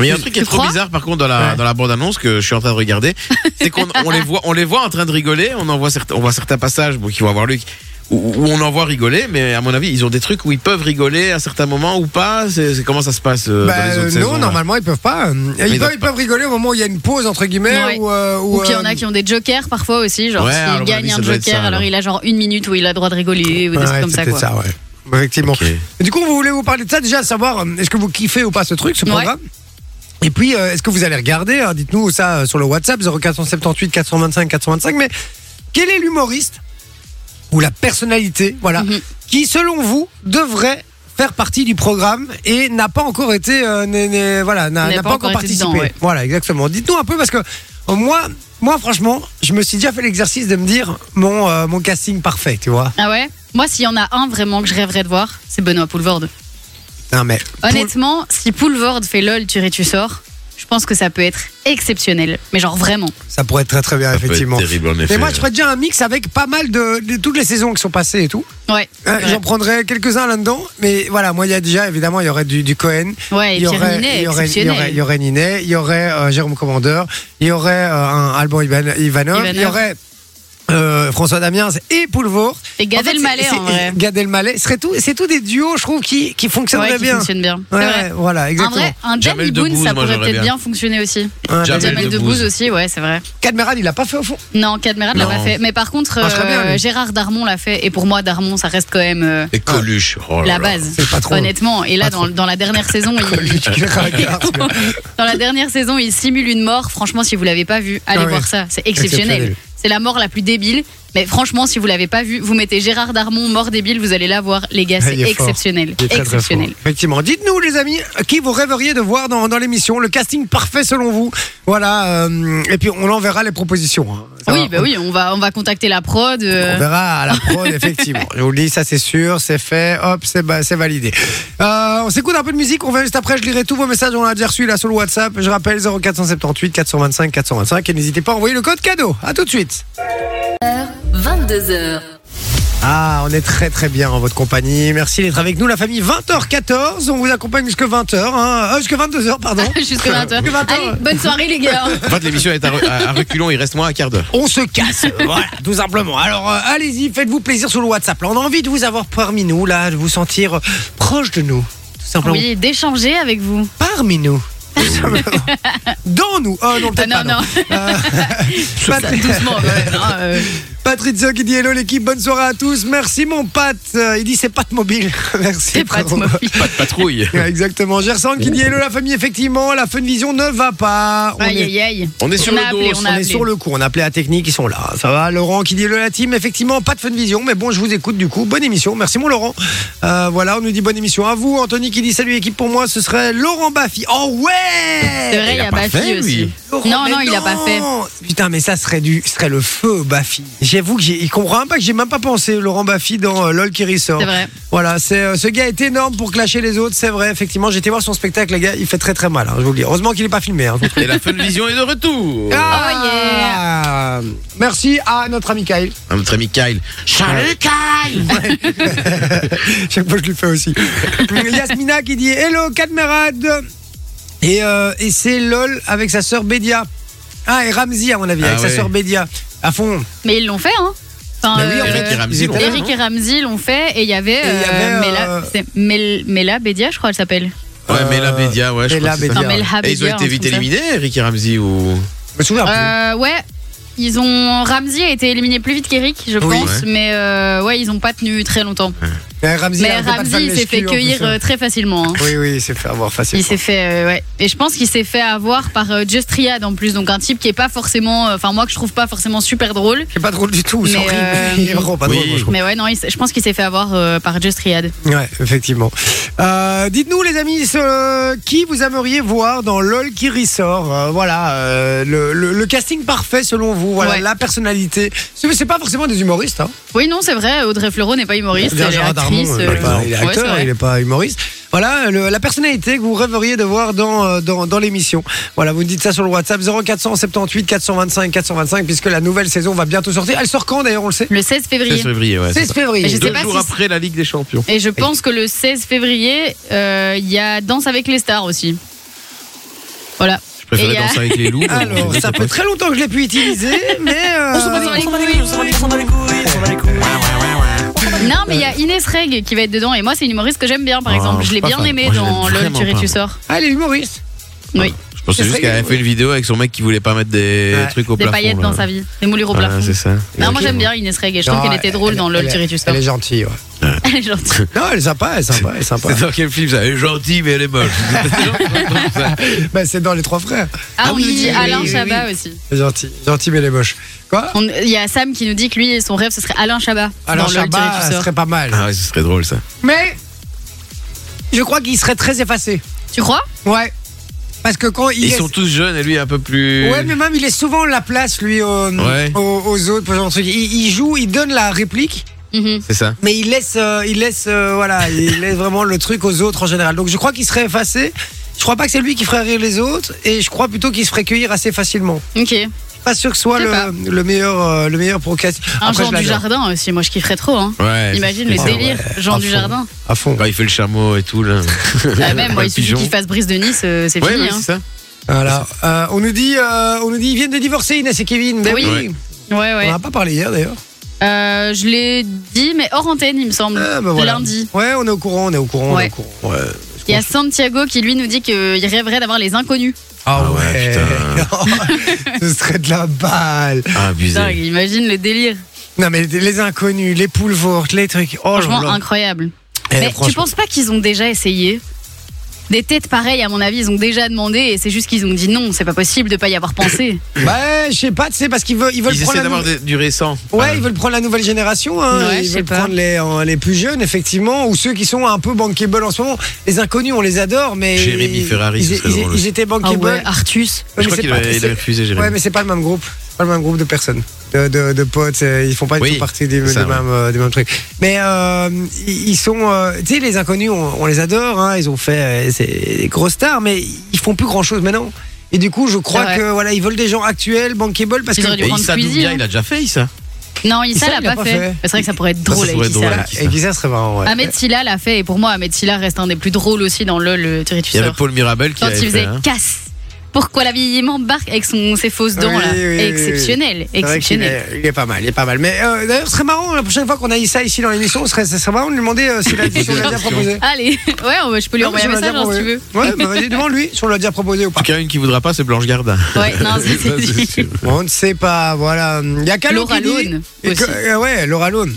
[SPEAKER 7] Mais il y a un truc qui est
[SPEAKER 6] Tu
[SPEAKER 7] trop
[SPEAKER 6] crois
[SPEAKER 7] bizarre par contre dans la,
[SPEAKER 5] Ouais.
[SPEAKER 7] dans la bande annonce que je suis en train de regarder, c'est qu'on on les voit on les voit en train de rigoler, on en voit certains on voit certains passages bon, qui vont avoir Luc où, où on en voit rigoler, mais à mon avis ils ont des trucs où ils peuvent rigoler à certains moments ou pas. C'est c'est comment ça se passe euh,
[SPEAKER 5] Bah,
[SPEAKER 7] dans les
[SPEAKER 5] euh,
[SPEAKER 7] autres
[SPEAKER 5] non,
[SPEAKER 7] saisons, là
[SPEAKER 5] normalement, ils peuvent pas. Euh, Ils,
[SPEAKER 7] ils
[SPEAKER 5] peuvent,
[SPEAKER 7] doivent
[SPEAKER 5] ils peuvent rigoler au moment où il y a une pause, entre guillemets.
[SPEAKER 6] Ouais.
[SPEAKER 5] Ou, euh,
[SPEAKER 6] Ou
[SPEAKER 5] ou,
[SPEAKER 6] qu'il y en
[SPEAKER 5] euh,
[SPEAKER 6] a qui ont des jokers parfois aussi. Genre,
[SPEAKER 7] Ouais, alors, à
[SPEAKER 6] s'il
[SPEAKER 7] mon
[SPEAKER 6] gagne
[SPEAKER 7] avis,
[SPEAKER 6] un
[SPEAKER 7] ça doit être
[SPEAKER 6] joker,
[SPEAKER 7] ça,
[SPEAKER 6] alors.
[SPEAKER 7] alors.
[SPEAKER 6] il a genre une minute où il a le droit de rigoler ou des
[SPEAKER 5] ouais,
[SPEAKER 6] trucs comme
[SPEAKER 5] c'est
[SPEAKER 6] ça,
[SPEAKER 5] peut-être
[SPEAKER 6] quoi.
[SPEAKER 5] ça, ouais. Effectivement.
[SPEAKER 7] Ok.
[SPEAKER 5] Et Du coup, on voulait vous parler de ça déjà, savoir euh, est-ce que vous kiffez ou pas ce truc, ce
[SPEAKER 6] Ouais.
[SPEAKER 5] programme. Et puis, euh, est-ce que vous allez regarder hein, Dites-nous ça euh, sur le WhatsApp 0478 425 425. Mais quel est l'humoriste ou la personnalité, voilà,
[SPEAKER 6] Mhm.
[SPEAKER 5] qui selon vous devrait faire partie du programme et n'a pas encore été, euh, n'est- n'est- voilà, n'a
[SPEAKER 6] N'est
[SPEAKER 5] n'a
[SPEAKER 6] pas
[SPEAKER 5] pas, encore
[SPEAKER 6] encore été
[SPEAKER 5] participé.
[SPEAKER 6] dedans, ouais.
[SPEAKER 5] Voilà, exactement. Dites-nous un peu parce que euh, moi, moi franchement, je me suis déjà fait l'exercice de me dire mon euh, mon casting parfait, tu vois.
[SPEAKER 6] Ah ouais Moi, s'il y en a un vraiment que je rêverais de voir, c'est Benoît Poulvorde.
[SPEAKER 5] Non mais
[SPEAKER 6] Honnêtement, si Poulvorde fait LOL, tu ris, tu sors, je pense que ça peut être exceptionnel. Mais genre vraiment.
[SPEAKER 5] ça pourrait être très très bien
[SPEAKER 7] Ça peut être
[SPEAKER 5] effectivement.
[SPEAKER 7] terrible en effet.
[SPEAKER 5] Mais moi, je ferais déjà un mix avec pas mal de, de- toutes les saisons qui sont passées et tout.
[SPEAKER 6] Ouais.
[SPEAKER 5] Euh,
[SPEAKER 6] Ouais.
[SPEAKER 5] J'en prendrais quelques-uns là-dedans. Mais voilà, moi, il y a déjà, évidemment, il y aurait du, du Cohen.
[SPEAKER 6] Ouais, et
[SPEAKER 5] il y
[SPEAKER 6] Pierre
[SPEAKER 5] aurait-
[SPEAKER 6] Ninet,
[SPEAKER 5] il y aurait- il y
[SPEAKER 6] exceptionnel.
[SPEAKER 5] aurait- il y aurait Ninet, il y aurait euh, Jérôme Commandeur, il y aurait euh, un Alban Ivan- Ivanov,
[SPEAKER 6] Ivanov.
[SPEAKER 5] il y aurait euh, François Damiens et Poulvor.
[SPEAKER 6] Et Gad Elmaleh, en vrai.
[SPEAKER 5] Gad Elmaleh, ce serait tout, c'est tous des duos, je trouve, qui, qui fonctionneraient
[SPEAKER 6] ouais, qui
[SPEAKER 5] bien.
[SPEAKER 6] fonctionne bien. C'est
[SPEAKER 5] Ouais,
[SPEAKER 6] vrai.
[SPEAKER 5] voilà,
[SPEAKER 6] En
[SPEAKER 5] exactement.
[SPEAKER 6] vrai, un
[SPEAKER 7] Jamel
[SPEAKER 6] Danny Boone,
[SPEAKER 7] Debbouze,
[SPEAKER 6] ça
[SPEAKER 7] moi,
[SPEAKER 6] pourrait
[SPEAKER 7] j'aurais
[SPEAKER 6] peut-être
[SPEAKER 7] bien.
[SPEAKER 6] bien fonctionner aussi.
[SPEAKER 5] Ouais,
[SPEAKER 7] Jamel
[SPEAKER 6] Jamel
[SPEAKER 7] Debbouze.
[SPEAKER 6] Debbouze aussi, ouais, c'est vrai.
[SPEAKER 5] Cadmeran, il l'a pas fait au fond.
[SPEAKER 6] Non, Cadmerat l'a
[SPEAKER 7] Non.
[SPEAKER 6] pas fait. Mais par contre,
[SPEAKER 5] Ah, je serais bien,
[SPEAKER 6] euh,
[SPEAKER 5] lui.
[SPEAKER 6] Gérard Darmon l'a fait. Et pour moi, Darmon, ça reste quand même euh,
[SPEAKER 7] Et Coluche. oh là
[SPEAKER 6] la
[SPEAKER 7] là.
[SPEAKER 6] base.
[SPEAKER 5] c'est le patron.
[SPEAKER 6] Honnêtement. Et là, dans, dans la dernière saison, il,
[SPEAKER 5] Lui qui le regarde.
[SPEAKER 6] Dans la dernière saison, il simule une mort. Franchement, si vous l'avez pas vu, allez
[SPEAKER 5] Ah ouais.
[SPEAKER 6] voir ça. C'est exceptionnel.
[SPEAKER 5] Exceptionnel.
[SPEAKER 6] C'est la mort la plus débile. Mais franchement, si vous l'avez pas vu, vous mettez Gérard Darmon, mort débile, vous allez la voir. Les gars,
[SPEAKER 5] Ah,
[SPEAKER 6] c'est
[SPEAKER 5] il est fort.
[SPEAKER 6] exceptionnel.
[SPEAKER 5] Il est très, très
[SPEAKER 6] exceptionnel.
[SPEAKER 5] fort. Effectivement. Dites-nous, les amis, qui vous rêveriez de voir dans, dans l'émission, le casting parfait selon vous. Voilà. euh, et puis, on enverra les propositions. hein. Ça va,
[SPEAKER 6] oui, bah
[SPEAKER 5] on-
[SPEAKER 6] oui, on va, on va contacter la prod. euh,
[SPEAKER 5] On verra à la prod, effectivement. Je vous le dis, ça c'est sûr, c'est fait, hop, c'est ba- c'est validé. Euh, on s'écoute un peu de musique, on revient juste après, je lirai tous vos messages, on l'a déjà reçu là sur le WhatsApp. Je rappelle 0478 425 425 et n'hésitez pas à envoyer le code cadeau. À tout de suite.
[SPEAKER 3] 22h.
[SPEAKER 5] Ah, on est très très bien en votre compagnie. Merci d'être avec nous, la famille 20h14. On vous accompagne jusque 20h, hein. Ah, jusque 22h, pardon.
[SPEAKER 6] Jusqu'à 20h.
[SPEAKER 5] Jusque 20h.
[SPEAKER 6] Allez, bonne soirée, les gars.
[SPEAKER 7] En fait, l'émission est à, re- à- à reculons, il reste moins un quart d'heure.
[SPEAKER 5] on se casse. voilà, tout simplement. Alors, euh, allez-y, faites-vous plaisir sur le WhatsApp. Là, on a envie de vous avoir parmi nous, là, de vous sentir euh, proche de nous. Tout simplement.
[SPEAKER 6] Oui, d'échanger avec vous.
[SPEAKER 5] Parmi nous. Tout simplement. Dans nous. Oh non, peut-être
[SPEAKER 6] Ah,
[SPEAKER 5] pas.
[SPEAKER 6] non,
[SPEAKER 5] non. Euh, Patri-
[SPEAKER 6] Doucement. ouais, non, euh,
[SPEAKER 5] Patrizio qui dit hello l'équipe, bonne soirée à tous. Merci mon Pat. Euh, Il dit c'est Pat mobile. Merci.
[SPEAKER 6] C'est pas de
[SPEAKER 5] frérot.
[SPEAKER 6] moi.
[SPEAKER 7] Pas de patrouille.
[SPEAKER 5] Ouais, Exactement. Gersan qui dit hello la famille, effectivement, la Fun Vision ne va pas. On
[SPEAKER 6] Aïe,
[SPEAKER 5] est-
[SPEAKER 6] aïe, aïe.
[SPEAKER 7] On est sur
[SPEAKER 6] On
[SPEAKER 7] le
[SPEAKER 6] a appelé,
[SPEAKER 7] dos.
[SPEAKER 6] on
[SPEAKER 5] On
[SPEAKER 6] a
[SPEAKER 5] est
[SPEAKER 6] appelé.
[SPEAKER 5] sur le coup, on a appelé à Technique, ils sont là. Ça va, Laurent qui dit le la team, effectivement, pas de fun vision, mais bon, je vous écoute du coup. Bonne émission, merci mon Laurent. Euh, voilà, on nous dit bonne émission à vous. Anthony qui dit salut équipe pour moi, ce serait Laurent Baffy. Oh
[SPEAKER 6] C'est
[SPEAKER 5] ouais
[SPEAKER 6] vrai, il y
[SPEAKER 7] a
[SPEAKER 6] a
[SPEAKER 7] pas fait,
[SPEAKER 6] Bafi aussi.
[SPEAKER 7] lui.
[SPEAKER 5] Laurent,
[SPEAKER 6] Non,
[SPEAKER 5] mais
[SPEAKER 6] non, il a pas fait.
[SPEAKER 5] Putain, mais ça serait du, serait le feu Baffy. J'avoue que j'ai, il comprend même pas que j'ai même pas pensé Laurent Baffy dans euh, LOL qui ressort.
[SPEAKER 6] C'est vrai.
[SPEAKER 5] Voilà, c'est, euh, ce gars est énorme pour clasher les autres, c'est vrai, effectivement. J'étais voir son spectacle, les gars, il fait très très mal, hein, je vous le dis. Heureusement qu'il est pas filmé. hein, je vous
[SPEAKER 7] Et la fun vision est de retour.
[SPEAKER 6] Oh,
[SPEAKER 5] ah Oh, Merci à notre ami Kyle.
[SPEAKER 7] Ah, Notre ami Kyle. Salut Kyle
[SPEAKER 5] Chaque fois, je lui fais aussi. Yasmina qui dit Hello, camarade Et, euh, et c'est LOL avec sa sœur Bédia. Ah, et Ramzi, à mon avis,
[SPEAKER 7] Ah
[SPEAKER 5] avec sa
[SPEAKER 7] ouais.
[SPEAKER 5] sœur Bédia. À fond.
[SPEAKER 6] Mais ils l'ont fait, hein. Enfin,
[SPEAKER 5] Bah oui, en
[SPEAKER 6] euh,
[SPEAKER 5] fait,
[SPEAKER 7] Eric et Ramzi l'ont fait,
[SPEAKER 6] Eric et Ramzi l'ont fait et il y avait,
[SPEAKER 5] il y
[SPEAKER 6] euh,
[SPEAKER 5] avait,
[SPEAKER 6] Mela-
[SPEAKER 5] euh,
[SPEAKER 6] c'est Mel- Mela Bedia, je crois, elle s'appelle.
[SPEAKER 7] Ouais, Euh, mais la Bédia, ouais, je
[SPEAKER 5] Mela
[SPEAKER 7] crois que c'est ça.
[SPEAKER 5] Bédia.
[SPEAKER 6] Non, Melha
[SPEAKER 7] Et ils ont
[SPEAKER 6] Bedia,
[SPEAKER 7] été
[SPEAKER 6] un
[SPEAKER 7] vite
[SPEAKER 6] truc comme hein, ça.
[SPEAKER 7] éliminés, Eric et Ramzi ou...
[SPEAKER 5] Je me souviens plus.
[SPEAKER 6] Euh, ouais. Ils ont Ramsey a été éliminé plus vite qu'Eric, je
[SPEAKER 5] Oui.
[SPEAKER 6] pense, mais euh, ouais, ils ont pas tenu très longtemps.
[SPEAKER 5] Mais Euh, Ramzi,
[SPEAKER 6] mais
[SPEAKER 5] elle arrêtait pas de
[SPEAKER 6] Ramsey
[SPEAKER 5] faire
[SPEAKER 6] il
[SPEAKER 5] les
[SPEAKER 6] s'est fait
[SPEAKER 5] skis, en plus,
[SPEAKER 6] cueillir
[SPEAKER 5] hein.
[SPEAKER 6] euh, très facilement. hein.
[SPEAKER 5] Oui, oui, il s'est fait avoir facile.
[SPEAKER 6] Il s'est fait, euh, ouais. Et je pense qu'il s'est fait avoir par euh, Just Triad en plus, donc un type qui est pas forcément, euh, enfin moi que je trouve pas forcément super drôle.
[SPEAKER 5] C'est pas drôle du tout, c'est
[SPEAKER 6] Mais,
[SPEAKER 5] horrible.
[SPEAKER 6] euh,
[SPEAKER 5] Il est vraiment pas
[SPEAKER 7] oui.
[SPEAKER 5] drôle, moi, je trouve.
[SPEAKER 6] Mais ouais, non, il s- je pense qu'il s'est fait avoir euh, par Just Triad.
[SPEAKER 5] Ouais, effectivement. Euh, Dites-nous, les amis, ce- euh, qui vous aimeriez voir dans LOL qui ressort Euh, Voilà, euh, le, le- le casting parfait selon vous, voilà,
[SPEAKER 6] Ouais.
[SPEAKER 5] la personnalité. C'est c'est pas forcément des humoristes. Hein.
[SPEAKER 6] Oui, non, c'est vrai, Audrey Fleurot n'est pas humoriste, elle est
[SPEAKER 5] Gérard Darmon,
[SPEAKER 6] actrice.
[SPEAKER 5] il
[SPEAKER 6] euh,
[SPEAKER 5] est pas- il est
[SPEAKER 6] ouais, c'est
[SPEAKER 5] acteur,
[SPEAKER 6] vrai.
[SPEAKER 5] il n'est pas humoriste. Voilà, le- la personnalité que vous rêveriez de voir dans, euh, dans, dans l'émission. Voilà, vous me dites ça sur le WhatsApp 0478 425 425, puisque la nouvelle saison va bientôt sortir. Elle sort quand d'ailleurs, on le sait
[SPEAKER 6] Le 16
[SPEAKER 7] 16
[SPEAKER 6] février.
[SPEAKER 7] février, ouais. c'est
[SPEAKER 5] 16
[SPEAKER 7] ça.
[SPEAKER 5] février.
[SPEAKER 6] Mais je sais
[SPEAKER 7] Deux
[SPEAKER 6] pas
[SPEAKER 7] jours
[SPEAKER 6] si-
[SPEAKER 7] après la Ligue des Champions.
[SPEAKER 6] Et je pense que le 16 février, euh, il y a Danse avec les stars aussi. Voilà.
[SPEAKER 7] Je
[SPEAKER 6] Et
[SPEAKER 7] préférais
[SPEAKER 6] il y a-
[SPEAKER 7] danser avec les loups. mais-
[SPEAKER 5] Alors, ça fait très longtemps que je l'ai pu utiliser, mais. euh,
[SPEAKER 6] Non, mais il y a Inès Reg qui va être dedans. Et moi, c'est une humoriste que j'aime bien, par
[SPEAKER 7] Ah,
[SPEAKER 6] exemple. Je l'ai
[SPEAKER 7] pas
[SPEAKER 6] bien
[SPEAKER 7] fan.
[SPEAKER 6] aimée
[SPEAKER 7] Moi, je l'aime
[SPEAKER 6] dans LOL,
[SPEAKER 7] vraiment
[SPEAKER 6] tu ris,
[SPEAKER 7] pas.
[SPEAKER 6] tu sors.
[SPEAKER 5] Ah, elle est humoriste.
[SPEAKER 6] Oui,
[SPEAKER 7] Je pensais
[SPEAKER 5] C'est
[SPEAKER 7] juste
[SPEAKER 5] vrai,
[SPEAKER 7] qu'elle avait fait une vidéo avec son mec qui voulait pas mettre des
[SPEAKER 5] Ouais.
[SPEAKER 7] trucs au
[SPEAKER 6] des
[SPEAKER 7] plafond.
[SPEAKER 6] paillettes
[SPEAKER 7] là.
[SPEAKER 6] dans sa vie, des moulures au
[SPEAKER 7] Ouais,
[SPEAKER 6] plafond.
[SPEAKER 7] c'est ça.
[SPEAKER 6] Non, moi j'aime
[SPEAKER 7] Exactement.
[SPEAKER 6] bien Inès Reg et je trouve
[SPEAKER 5] Non,
[SPEAKER 6] qu'elle était drôle
[SPEAKER 5] elle-
[SPEAKER 6] dans LOL,
[SPEAKER 5] elle-
[SPEAKER 6] tu ris, tu
[SPEAKER 5] Elle
[SPEAKER 6] sors.
[SPEAKER 5] est gentille, ouais.
[SPEAKER 6] Elle est gentille.
[SPEAKER 5] Non, elle est sympa, elle est sympa, elle est sympa.
[SPEAKER 7] C'est dans quel film ça Elle est gentille, mais elle est moche.
[SPEAKER 5] Bah, c'est dans Les Trois Frères.
[SPEAKER 6] Ah oui, Alain
[SPEAKER 5] oui,
[SPEAKER 6] Chabat aussi.
[SPEAKER 5] Elle est gentille, gentille mais elle est moche. Quoi
[SPEAKER 6] On- Il y a Sam qui nous dit que lui, son rêve, ce serait Alain Chabat.
[SPEAKER 5] Alors
[SPEAKER 6] dans LOL, tu ris,
[SPEAKER 5] Chabat,
[SPEAKER 6] tu
[SPEAKER 5] ce
[SPEAKER 6] sors.
[SPEAKER 5] serait pas mal.
[SPEAKER 7] ah ouais, ce serait drôle ça.
[SPEAKER 5] Mais je crois qu'il serait très effacé.
[SPEAKER 6] Tu crois
[SPEAKER 5] Ouais. Parce que quand il
[SPEAKER 7] Ils
[SPEAKER 5] est-
[SPEAKER 7] sont tous jeunes et lui un peu plus.
[SPEAKER 5] Ouais, mais même il est souvent la place, lui, au-
[SPEAKER 7] Ouais.
[SPEAKER 5] aux, aux autres. pour ce genre de truc. Il, il joue, il donne la réplique,
[SPEAKER 6] Mhm.
[SPEAKER 7] C'est ça.
[SPEAKER 5] mais il laisse, euh, il laisse, euh, voilà, il laisse vraiment le truc aux autres en général. Donc je crois qu'il serait effacé. Je crois pas que c'est lui qui ferait rire les autres, et je crois plutôt qu'il se ferait cueillir assez facilement.
[SPEAKER 6] Ok.
[SPEAKER 5] pas sûr que ce soit
[SPEAKER 6] Je
[SPEAKER 5] le,
[SPEAKER 6] sais
[SPEAKER 5] le meilleur euh, le meilleur procast.
[SPEAKER 6] Un genre
[SPEAKER 5] je
[SPEAKER 6] du
[SPEAKER 5] l'adore.
[SPEAKER 6] jardin aussi, moi je kifferais trop. Hein.
[SPEAKER 7] Eh, Ouais.
[SPEAKER 6] Imagine les
[SPEAKER 5] Ah
[SPEAKER 6] délires,
[SPEAKER 5] ouais,
[SPEAKER 6] genre
[SPEAKER 5] à
[SPEAKER 6] du
[SPEAKER 5] fond.
[SPEAKER 6] jardin.
[SPEAKER 5] à fond.
[SPEAKER 7] Quand il fait le chameau et tout là.
[SPEAKER 6] Ah, même,
[SPEAKER 7] Ouais,
[SPEAKER 6] il suffit
[SPEAKER 7] pigeon.
[SPEAKER 6] qu'il fasse brise de Nice, euh, c'est
[SPEAKER 7] Ouais,
[SPEAKER 6] fini.
[SPEAKER 7] ouais,
[SPEAKER 6] hein.
[SPEAKER 7] c'est ça.
[SPEAKER 5] Voilà. Euh, on nous dit euh, on nous dit ils viennent de divorcer Inès et Kevin. Ben
[SPEAKER 6] Oui.
[SPEAKER 5] oui.
[SPEAKER 6] Ouais, ouais.
[SPEAKER 5] On en a pas parlé hier d'ailleurs.
[SPEAKER 6] Euh, je l'ai dit, mais hors antenne, il me semble.
[SPEAKER 5] Ah, ben voilà.
[SPEAKER 6] Lundi.
[SPEAKER 5] Ouais, on est au courant, on est au courant, on est
[SPEAKER 6] Ouais.
[SPEAKER 5] au courant. Ouais.
[SPEAKER 6] Il y a Santiago qui lui nous dit qu'il rêverait d'avoir les inconnus.
[SPEAKER 5] Ah,
[SPEAKER 7] Ah ouais,
[SPEAKER 5] ouais. Ce serait de la balle.
[SPEAKER 7] Ah,
[SPEAKER 6] Putain,
[SPEAKER 7] abusé.
[SPEAKER 6] imagine le délire.
[SPEAKER 5] Non mais les inconnus, les poules votes, les trucs. Oh là
[SPEAKER 6] Franchement,
[SPEAKER 5] là.
[SPEAKER 6] incroyable.
[SPEAKER 5] Eh,
[SPEAKER 6] mais
[SPEAKER 5] franchement.
[SPEAKER 6] tu penses pas qu'ils ont déjà essayé Des têtes pareilles, à mon avis, ils ont déjà demandé et c'est juste qu'ils ont dit non, c'est pas possible de pas y avoir pensé.
[SPEAKER 5] Bah, je sais pas, c'est parce qu'ils veulent, ils veulent
[SPEAKER 7] Ils
[SPEAKER 5] prendre.
[SPEAKER 7] essaient
[SPEAKER 5] la
[SPEAKER 7] d'avoir
[SPEAKER 5] nouvelle-
[SPEAKER 7] des- du récent.
[SPEAKER 5] Ouais,
[SPEAKER 7] Ah,
[SPEAKER 5] ils veulent prendre la nouvelle génération. hein.
[SPEAKER 6] Ouais, je
[SPEAKER 5] ils
[SPEAKER 6] sais
[SPEAKER 5] veulent
[SPEAKER 6] pas.
[SPEAKER 5] prendre les, euh, les plus jeunes, effectivement, ou ceux qui sont un peu bankable en ce moment. Les inconnus, on les adore, mais.
[SPEAKER 7] Jérémy Ferrari, ce
[SPEAKER 5] ils,
[SPEAKER 7] serait
[SPEAKER 5] ils-
[SPEAKER 7] drôle.
[SPEAKER 5] ils étaient
[SPEAKER 6] Ah
[SPEAKER 5] bankable.
[SPEAKER 6] ouais, Artus.
[SPEAKER 5] Ouais,
[SPEAKER 7] je
[SPEAKER 5] mais
[SPEAKER 7] crois
[SPEAKER 5] c'est
[SPEAKER 7] qu'il
[SPEAKER 5] pas-
[SPEAKER 7] avait, il
[SPEAKER 5] c'est-
[SPEAKER 7] avait refusé, Jérémy.
[SPEAKER 5] Ouais, mais c'est pas le même groupe. C'est pas le même groupe de personnes, de, de, de potes. euh, Ils font pas
[SPEAKER 7] Oui,
[SPEAKER 5] du tout partie des,
[SPEAKER 7] c'est ça,
[SPEAKER 5] des
[SPEAKER 7] ouais.
[SPEAKER 5] mêmes, euh, des mêmes trucs. Mais euh, ils ils sont. euh, tu sais, les inconnus, on, on les adore. hein, ils ont fait euh, c'est des grosses stars, mais ils font plus grand chose maintenant. Et du coup, je crois
[SPEAKER 6] vrai.
[SPEAKER 5] que voilà, ils veulent des gens actuels, bankable, parce
[SPEAKER 6] Ils
[SPEAKER 5] que.
[SPEAKER 6] auraient dû
[SPEAKER 7] Et
[SPEAKER 6] prendre
[SPEAKER 7] Issa
[SPEAKER 6] Squeezie,
[SPEAKER 7] Doumbia,
[SPEAKER 6] hein.
[SPEAKER 7] il a déjà fait, Issa.
[SPEAKER 6] Non,
[SPEAKER 5] Issa,
[SPEAKER 6] Issa
[SPEAKER 5] il
[SPEAKER 6] l'a pas fait. Mais C'est vrai que ça pourrait être
[SPEAKER 7] Ça, ça
[SPEAKER 6] drôle avec
[SPEAKER 7] pourrait être
[SPEAKER 6] Issa.
[SPEAKER 7] drôle,
[SPEAKER 6] là.
[SPEAKER 7] hein.
[SPEAKER 5] Et qui ça serait marrant, ouais.
[SPEAKER 6] Ahmed Silla l'a fait et pour moi, Ahmed Silla reste un des plus drôles aussi dans LOL, le Thierry
[SPEAKER 7] Il y avait
[SPEAKER 6] Tusseur.
[SPEAKER 7] Paul Mirabel qui
[SPEAKER 6] Quand
[SPEAKER 7] avait
[SPEAKER 6] il
[SPEAKER 7] fait.
[SPEAKER 6] faisait
[SPEAKER 7] hein.
[SPEAKER 6] casse. Pourquoi la vie m'embarque avec son, ses fausses dents
[SPEAKER 5] Oui,
[SPEAKER 6] là
[SPEAKER 5] oui, oui,
[SPEAKER 6] Exceptionnel,
[SPEAKER 5] C'est vrai qu'il
[SPEAKER 6] exceptionnel.
[SPEAKER 5] est- Il est pas mal, il est pas mal. Mais euh, d'ailleurs, ce serait marrant, la prochaine fois qu'on a Issa ici dans l'émission, ce serait, ce serait marrant de lui demander euh, si la si on l'a déjà proposé.
[SPEAKER 6] Allez, ouais, on- je peux lui
[SPEAKER 5] Non, mais
[SPEAKER 6] envoyer un
[SPEAKER 5] si on l'a
[SPEAKER 6] message
[SPEAKER 5] déjà
[SPEAKER 6] hein, si tu veux.
[SPEAKER 5] proposé. Ouais, mais vas-y, demande-lui si on l'a déjà proposé ou
[SPEAKER 7] En
[SPEAKER 5] pas.
[SPEAKER 7] tout cas, une qui voudra pas, c'est Blanche Gardin.
[SPEAKER 6] Ouais, non, c'est-
[SPEAKER 7] Ça, c'est sûr.
[SPEAKER 5] On ne sait pas, voilà. Il y a Calo
[SPEAKER 6] Laura
[SPEAKER 5] qui dit.
[SPEAKER 6] Lone
[SPEAKER 5] et que-
[SPEAKER 6] aussi.
[SPEAKER 5] euh, ouais, Laura Lone.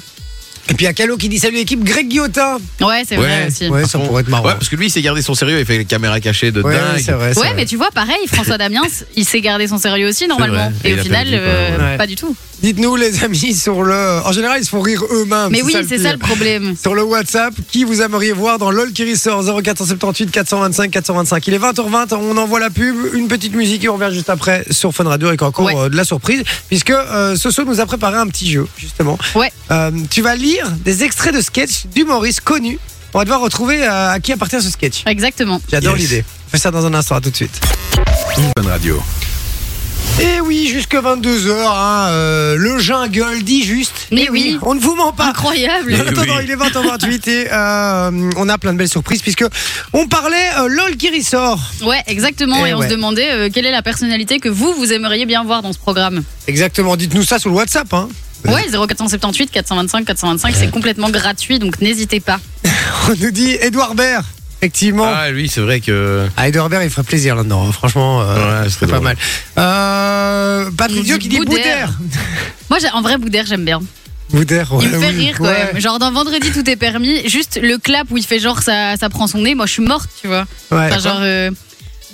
[SPEAKER 5] Et puis il y a Calo qui dit salut équipe, Greg Guillotin.
[SPEAKER 6] Ouais, c'est vrai
[SPEAKER 7] Ouais.
[SPEAKER 6] aussi.
[SPEAKER 5] Ouais, ça pourrait être marrant.
[SPEAKER 7] Ouais, parce que lui, il s'est gardé son sérieux, il fait les caméras cachées de
[SPEAKER 5] Ouais,
[SPEAKER 7] dingue.
[SPEAKER 5] c'est vrai. c'est
[SPEAKER 6] Ouais,
[SPEAKER 5] vrai.
[SPEAKER 6] mais tu vois, pareil, François Damiens, il s'est gardé son sérieux aussi normalement.
[SPEAKER 7] vrai. Et
[SPEAKER 6] Et
[SPEAKER 7] il
[SPEAKER 6] au
[SPEAKER 7] a
[SPEAKER 6] final,
[SPEAKER 7] perdu, quoi.
[SPEAKER 6] euh,
[SPEAKER 5] Ouais.
[SPEAKER 6] pas du tout.
[SPEAKER 5] Dites-nous les amis sur le. En général, ils se font rire eux-mêmes.
[SPEAKER 6] Mais oui, c'est
[SPEAKER 5] pire.
[SPEAKER 6] ça le problème.
[SPEAKER 5] Sur le WhatsApp, qui vous aimeriez voir dans LOL qui ressort 0478 425 425. Il est 20h20, on envoie la pub, une petite musique et on revient juste après sur Fun Radio avec encore
[SPEAKER 6] Ouais.
[SPEAKER 5] euh, de la surprise, puisque euh, Soso nous a préparé un petit jeu, justement.
[SPEAKER 6] Ouais.
[SPEAKER 5] Euh, tu vas lire des extraits de sketchs d'humoristes connus. On va devoir retrouver euh, à qui appartient ce sketch.
[SPEAKER 6] Exactement.
[SPEAKER 5] J'adore
[SPEAKER 7] Yes.
[SPEAKER 5] l'idée. On fait ça dans un instant, à tout de suite.
[SPEAKER 2] Fun Radio.
[SPEAKER 5] Et oui, jusque 22h, hein, euh, le jungle dit juste.
[SPEAKER 6] Mais
[SPEAKER 5] Eh
[SPEAKER 6] oui.
[SPEAKER 5] On ne vous ment pas.
[SPEAKER 6] Incroyable.
[SPEAKER 7] Eh
[SPEAKER 5] En attendant, il est 20h28 et euh, on a plein de belles surprises puisque on parlait euh, LOL qui ressort.
[SPEAKER 6] Ouais, exactement.
[SPEAKER 5] Eh
[SPEAKER 6] Et, on
[SPEAKER 5] ouais.
[SPEAKER 6] se demandait euh, quelle est la personnalité que vous, vous aimeriez bien voir dans ce programme.
[SPEAKER 5] Exactement, dites-nous ça sur le WhatsApp. Hein. Ouais.
[SPEAKER 6] Ouais, 0478 425 425, c'est complètement gratuit, donc n'hésitez pas.
[SPEAKER 5] On nous dit Edouard Baird. Effectivement.
[SPEAKER 7] Ah, lui, c'est vrai que.
[SPEAKER 5] Ah, Edouard Baird, il ferait plaisir là-dedans. hein. Franchement, euh,
[SPEAKER 7] Ouais, ce
[SPEAKER 5] c'est
[SPEAKER 7] serait
[SPEAKER 5] pas
[SPEAKER 7] drôle.
[SPEAKER 5] mal. Euh,
[SPEAKER 6] On
[SPEAKER 5] Patrick
[SPEAKER 6] dit
[SPEAKER 5] Diot qui dit Boudère.
[SPEAKER 6] Boudère. Moi, j'ai- en vrai, Boudère, j'aime bien.
[SPEAKER 5] Boudère, ouais.
[SPEAKER 6] Il me fait
[SPEAKER 5] oui,
[SPEAKER 6] rire quand
[SPEAKER 5] ouais.
[SPEAKER 6] même. Genre, dans Vendredi, tout est permis, juste le clap où il fait genre ça, ça prend son nez, moi je suis morte, tu vois.
[SPEAKER 5] Ouais.
[SPEAKER 6] Enfin, genre, euh,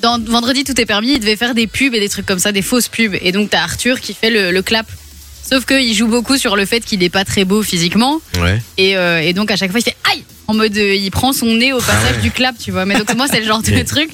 [SPEAKER 6] dans Vendredi, tout est permis, il devait faire des pubs et des trucs comme ça, des fausses pubs. Et donc, t'as Arthur qui fait le, le clap. Sauf qu'il joue beaucoup sur le fait qu'il n'est pas très beau physiquement.
[SPEAKER 7] Ouais.
[SPEAKER 6] Et, euh, et donc à chaque fois il fait aïe en mode euh, il prend son nez
[SPEAKER 5] Ah
[SPEAKER 6] au passage du clap tu vois mais donc moi c'est le genre de truc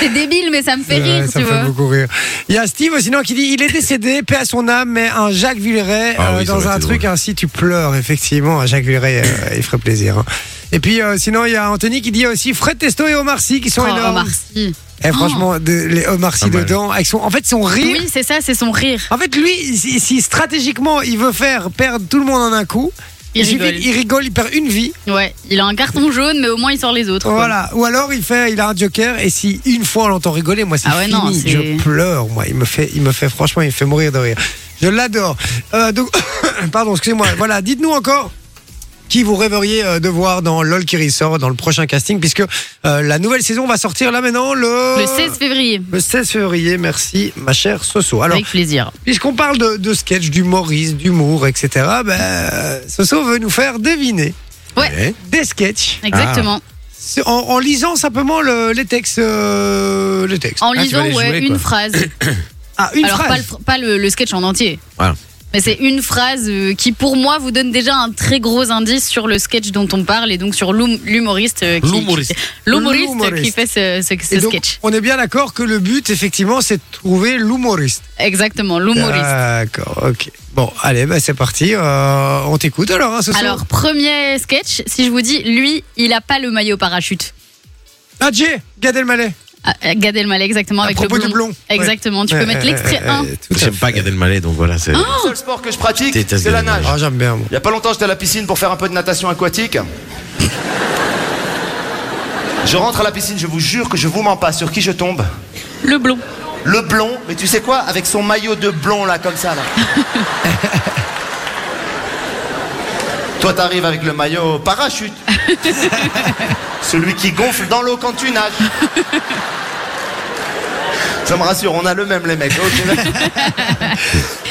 [SPEAKER 6] c'est débile mais ça me fait
[SPEAKER 5] Ouais,
[SPEAKER 6] rire
[SPEAKER 5] ça
[SPEAKER 6] tu
[SPEAKER 5] me fait
[SPEAKER 6] vois
[SPEAKER 5] beaucoup rire. Il y a Steve sinon qui dit il est décédé, paix à son âme, mais un Jacques Villeray euh,
[SPEAKER 7] Ah oui, ça
[SPEAKER 5] dans
[SPEAKER 7] aurait
[SPEAKER 5] un
[SPEAKER 7] été
[SPEAKER 5] truc ainsi tu pleures effectivement. Un Jacques Villeray, euh, il ferait plaisir. hein. Et puis euh, sinon il y a Anthony qui dit aussi Fred Testo et Omar Sy qui sont
[SPEAKER 6] Oh,
[SPEAKER 5] énormes.
[SPEAKER 6] Omar Sy. Oh.
[SPEAKER 5] Et franchement de- les Omar Sy
[SPEAKER 7] Pas mal.
[SPEAKER 5] dedans, avec son, en fait son rire.
[SPEAKER 6] oui c'est ça c'est son rire
[SPEAKER 5] En fait lui, si, si stratégiquement il veut faire perdre tout le monde en un coup,
[SPEAKER 6] Il
[SPEAKER 5] suffit-
[SPEAKER 6] rigole.
[SPEAKER 5] il rigole, il perd une vie.
[SPEAKER 6] ouais il a un carton jaune mais au moins il sort les autres quoi.
[SPEAKER 5] Voilà. Ou alors il fait, il a un joker et si une fois on l'entend rigoler, moi c'est
[SPEAKER 6] Ah ouais,
[SPEAKER 5] fini.
[SPEAKER 6] non, c'est-
[SPEAKER 5] je pleure, moi. Il me fait, il me fait franchement, il me fait mourir de rire. Je l'adore. Euh, donc, pardon, excusez-moi. Voilà, dites-nous encore. Qui vous rêveriez euh, de voir dans LOL qui ressort dans le prochain casting Puisque euh, la nouvelle saison va sortir là maintenant le...
[SPEAKER 6] le 16 février
[SPEAKER 5] le 16 février. Merci ma chère Soso. Alors,
[SPEAKER 6] avec plaisir
[SPEAKER 5] puisqu'on parle de, de sketch, d'humorisme, d'humour, etc., ben, euh, Soso veut nous faire deviner
[SPEAKER 7] Ouais. Ah.
[SPEAKER 5] des sketchs
[SPEAKER 6] exactement
[SPEAKER 5] c'est En, en lisant simplement le- les textes. euh, les textes.
[SPEAKER 6] en
[SPEAKER 7] Ah, tu vas
[SPEAKER 6] lisant
[SPEAKER 7] les jouer,
[SPEAKER 6] ouais,
[SPEAKER 7] quoi.
[SPEAKER 6] une phrase
[SPEAKER 5] Ah, une
[SPEAKER 6] alors pas,
[SPEAKER 5] phrase.
[SPEAKER 6] le, pas le, le sketch en entier
[SPEAKER 7] Voilà.
[SPEAKER 6] mais c'est une phrase euh, qui pour moi vous donne déjà un très gros indice sur le sketch dont on parle et donc sur l'hum- l'humoriste euh, qui-
[SPEAKER 7] L'humoriste.
[SPEAKER 6] l'humoriste qui
[SPEAKER 5] L'humoriste.
[SPEAKER 6] fait ce, ce- ce
[SPEAKER 5] Et donc,
[SPEAKER 6] sketch
[SPEAKER 5] on est bien d'accord que le but, effectivement, c'est de trouver l'humoriste.
[SPEAKER 6] exactement l'humoriste
[SPEAKER 5] Euh, D'accord, ok. Bon, allez, bah, c'est parti. Euh, on t'écoute alors, hein, ce soir.
[SPEAKER 6] Alors, premier sketch, si je vous dis, lui, il a pas le maillot parachute.
[SPEAKER 5] Ah, Jay, Gad Elmaleh.
[SPEAKER 6] Ah, euh, Gad Elmaleh, exactement,
[SPEAKER 5] À
[SPEAKER 6] avec
[SPEAKER 5] propos
[SPEAKER 6] le blond.
[SPEAKER 5] du blond. Ouais.
[SPEAKER 6] Exactement, tu peux
[SPEAKER 5] Euh,
[SPEAKER 6] mettre l'extrait
[SPEAKER 5] euh,
[SPEAKER 6] 1.
[SPEAKER 5] euh, tout à
[SPEAKER 7] J'aime
[SPEAKER 5] fait.
[SPEAKER 7] pas Gad Elmaleh, donc voilà. c'est-
[SPEAKER 8] Le seul sport que je pratique,
[SPEAKER 7] Déteste
[SPEAKER 8] c'est la
[SPEAKER 7] Gaël Monod.
[SPEAKER 8] nage.
[SPEAKER 5] Ah, j'aime bien, moi.
[SPEAKER 8] Il y a pas longtemps, j'étais à la piscine pour faire un peu de natation aquatique. Je rentre à la piscine, je vous jure que je vous mens pas. Sur qui je tombe
[SPEAKER 6] Le blond.
[SPEAKER 8] Le blond, mais tu sais quoi Avec son maillot de blond là, comme ça là. Toi, t'arrives avec le maillot parachute. Celui qui gonfle dans l'eau quand tu nages. Ça me rassure, on a le même les mecs. Ok.
[SPEAKER 6] Moi,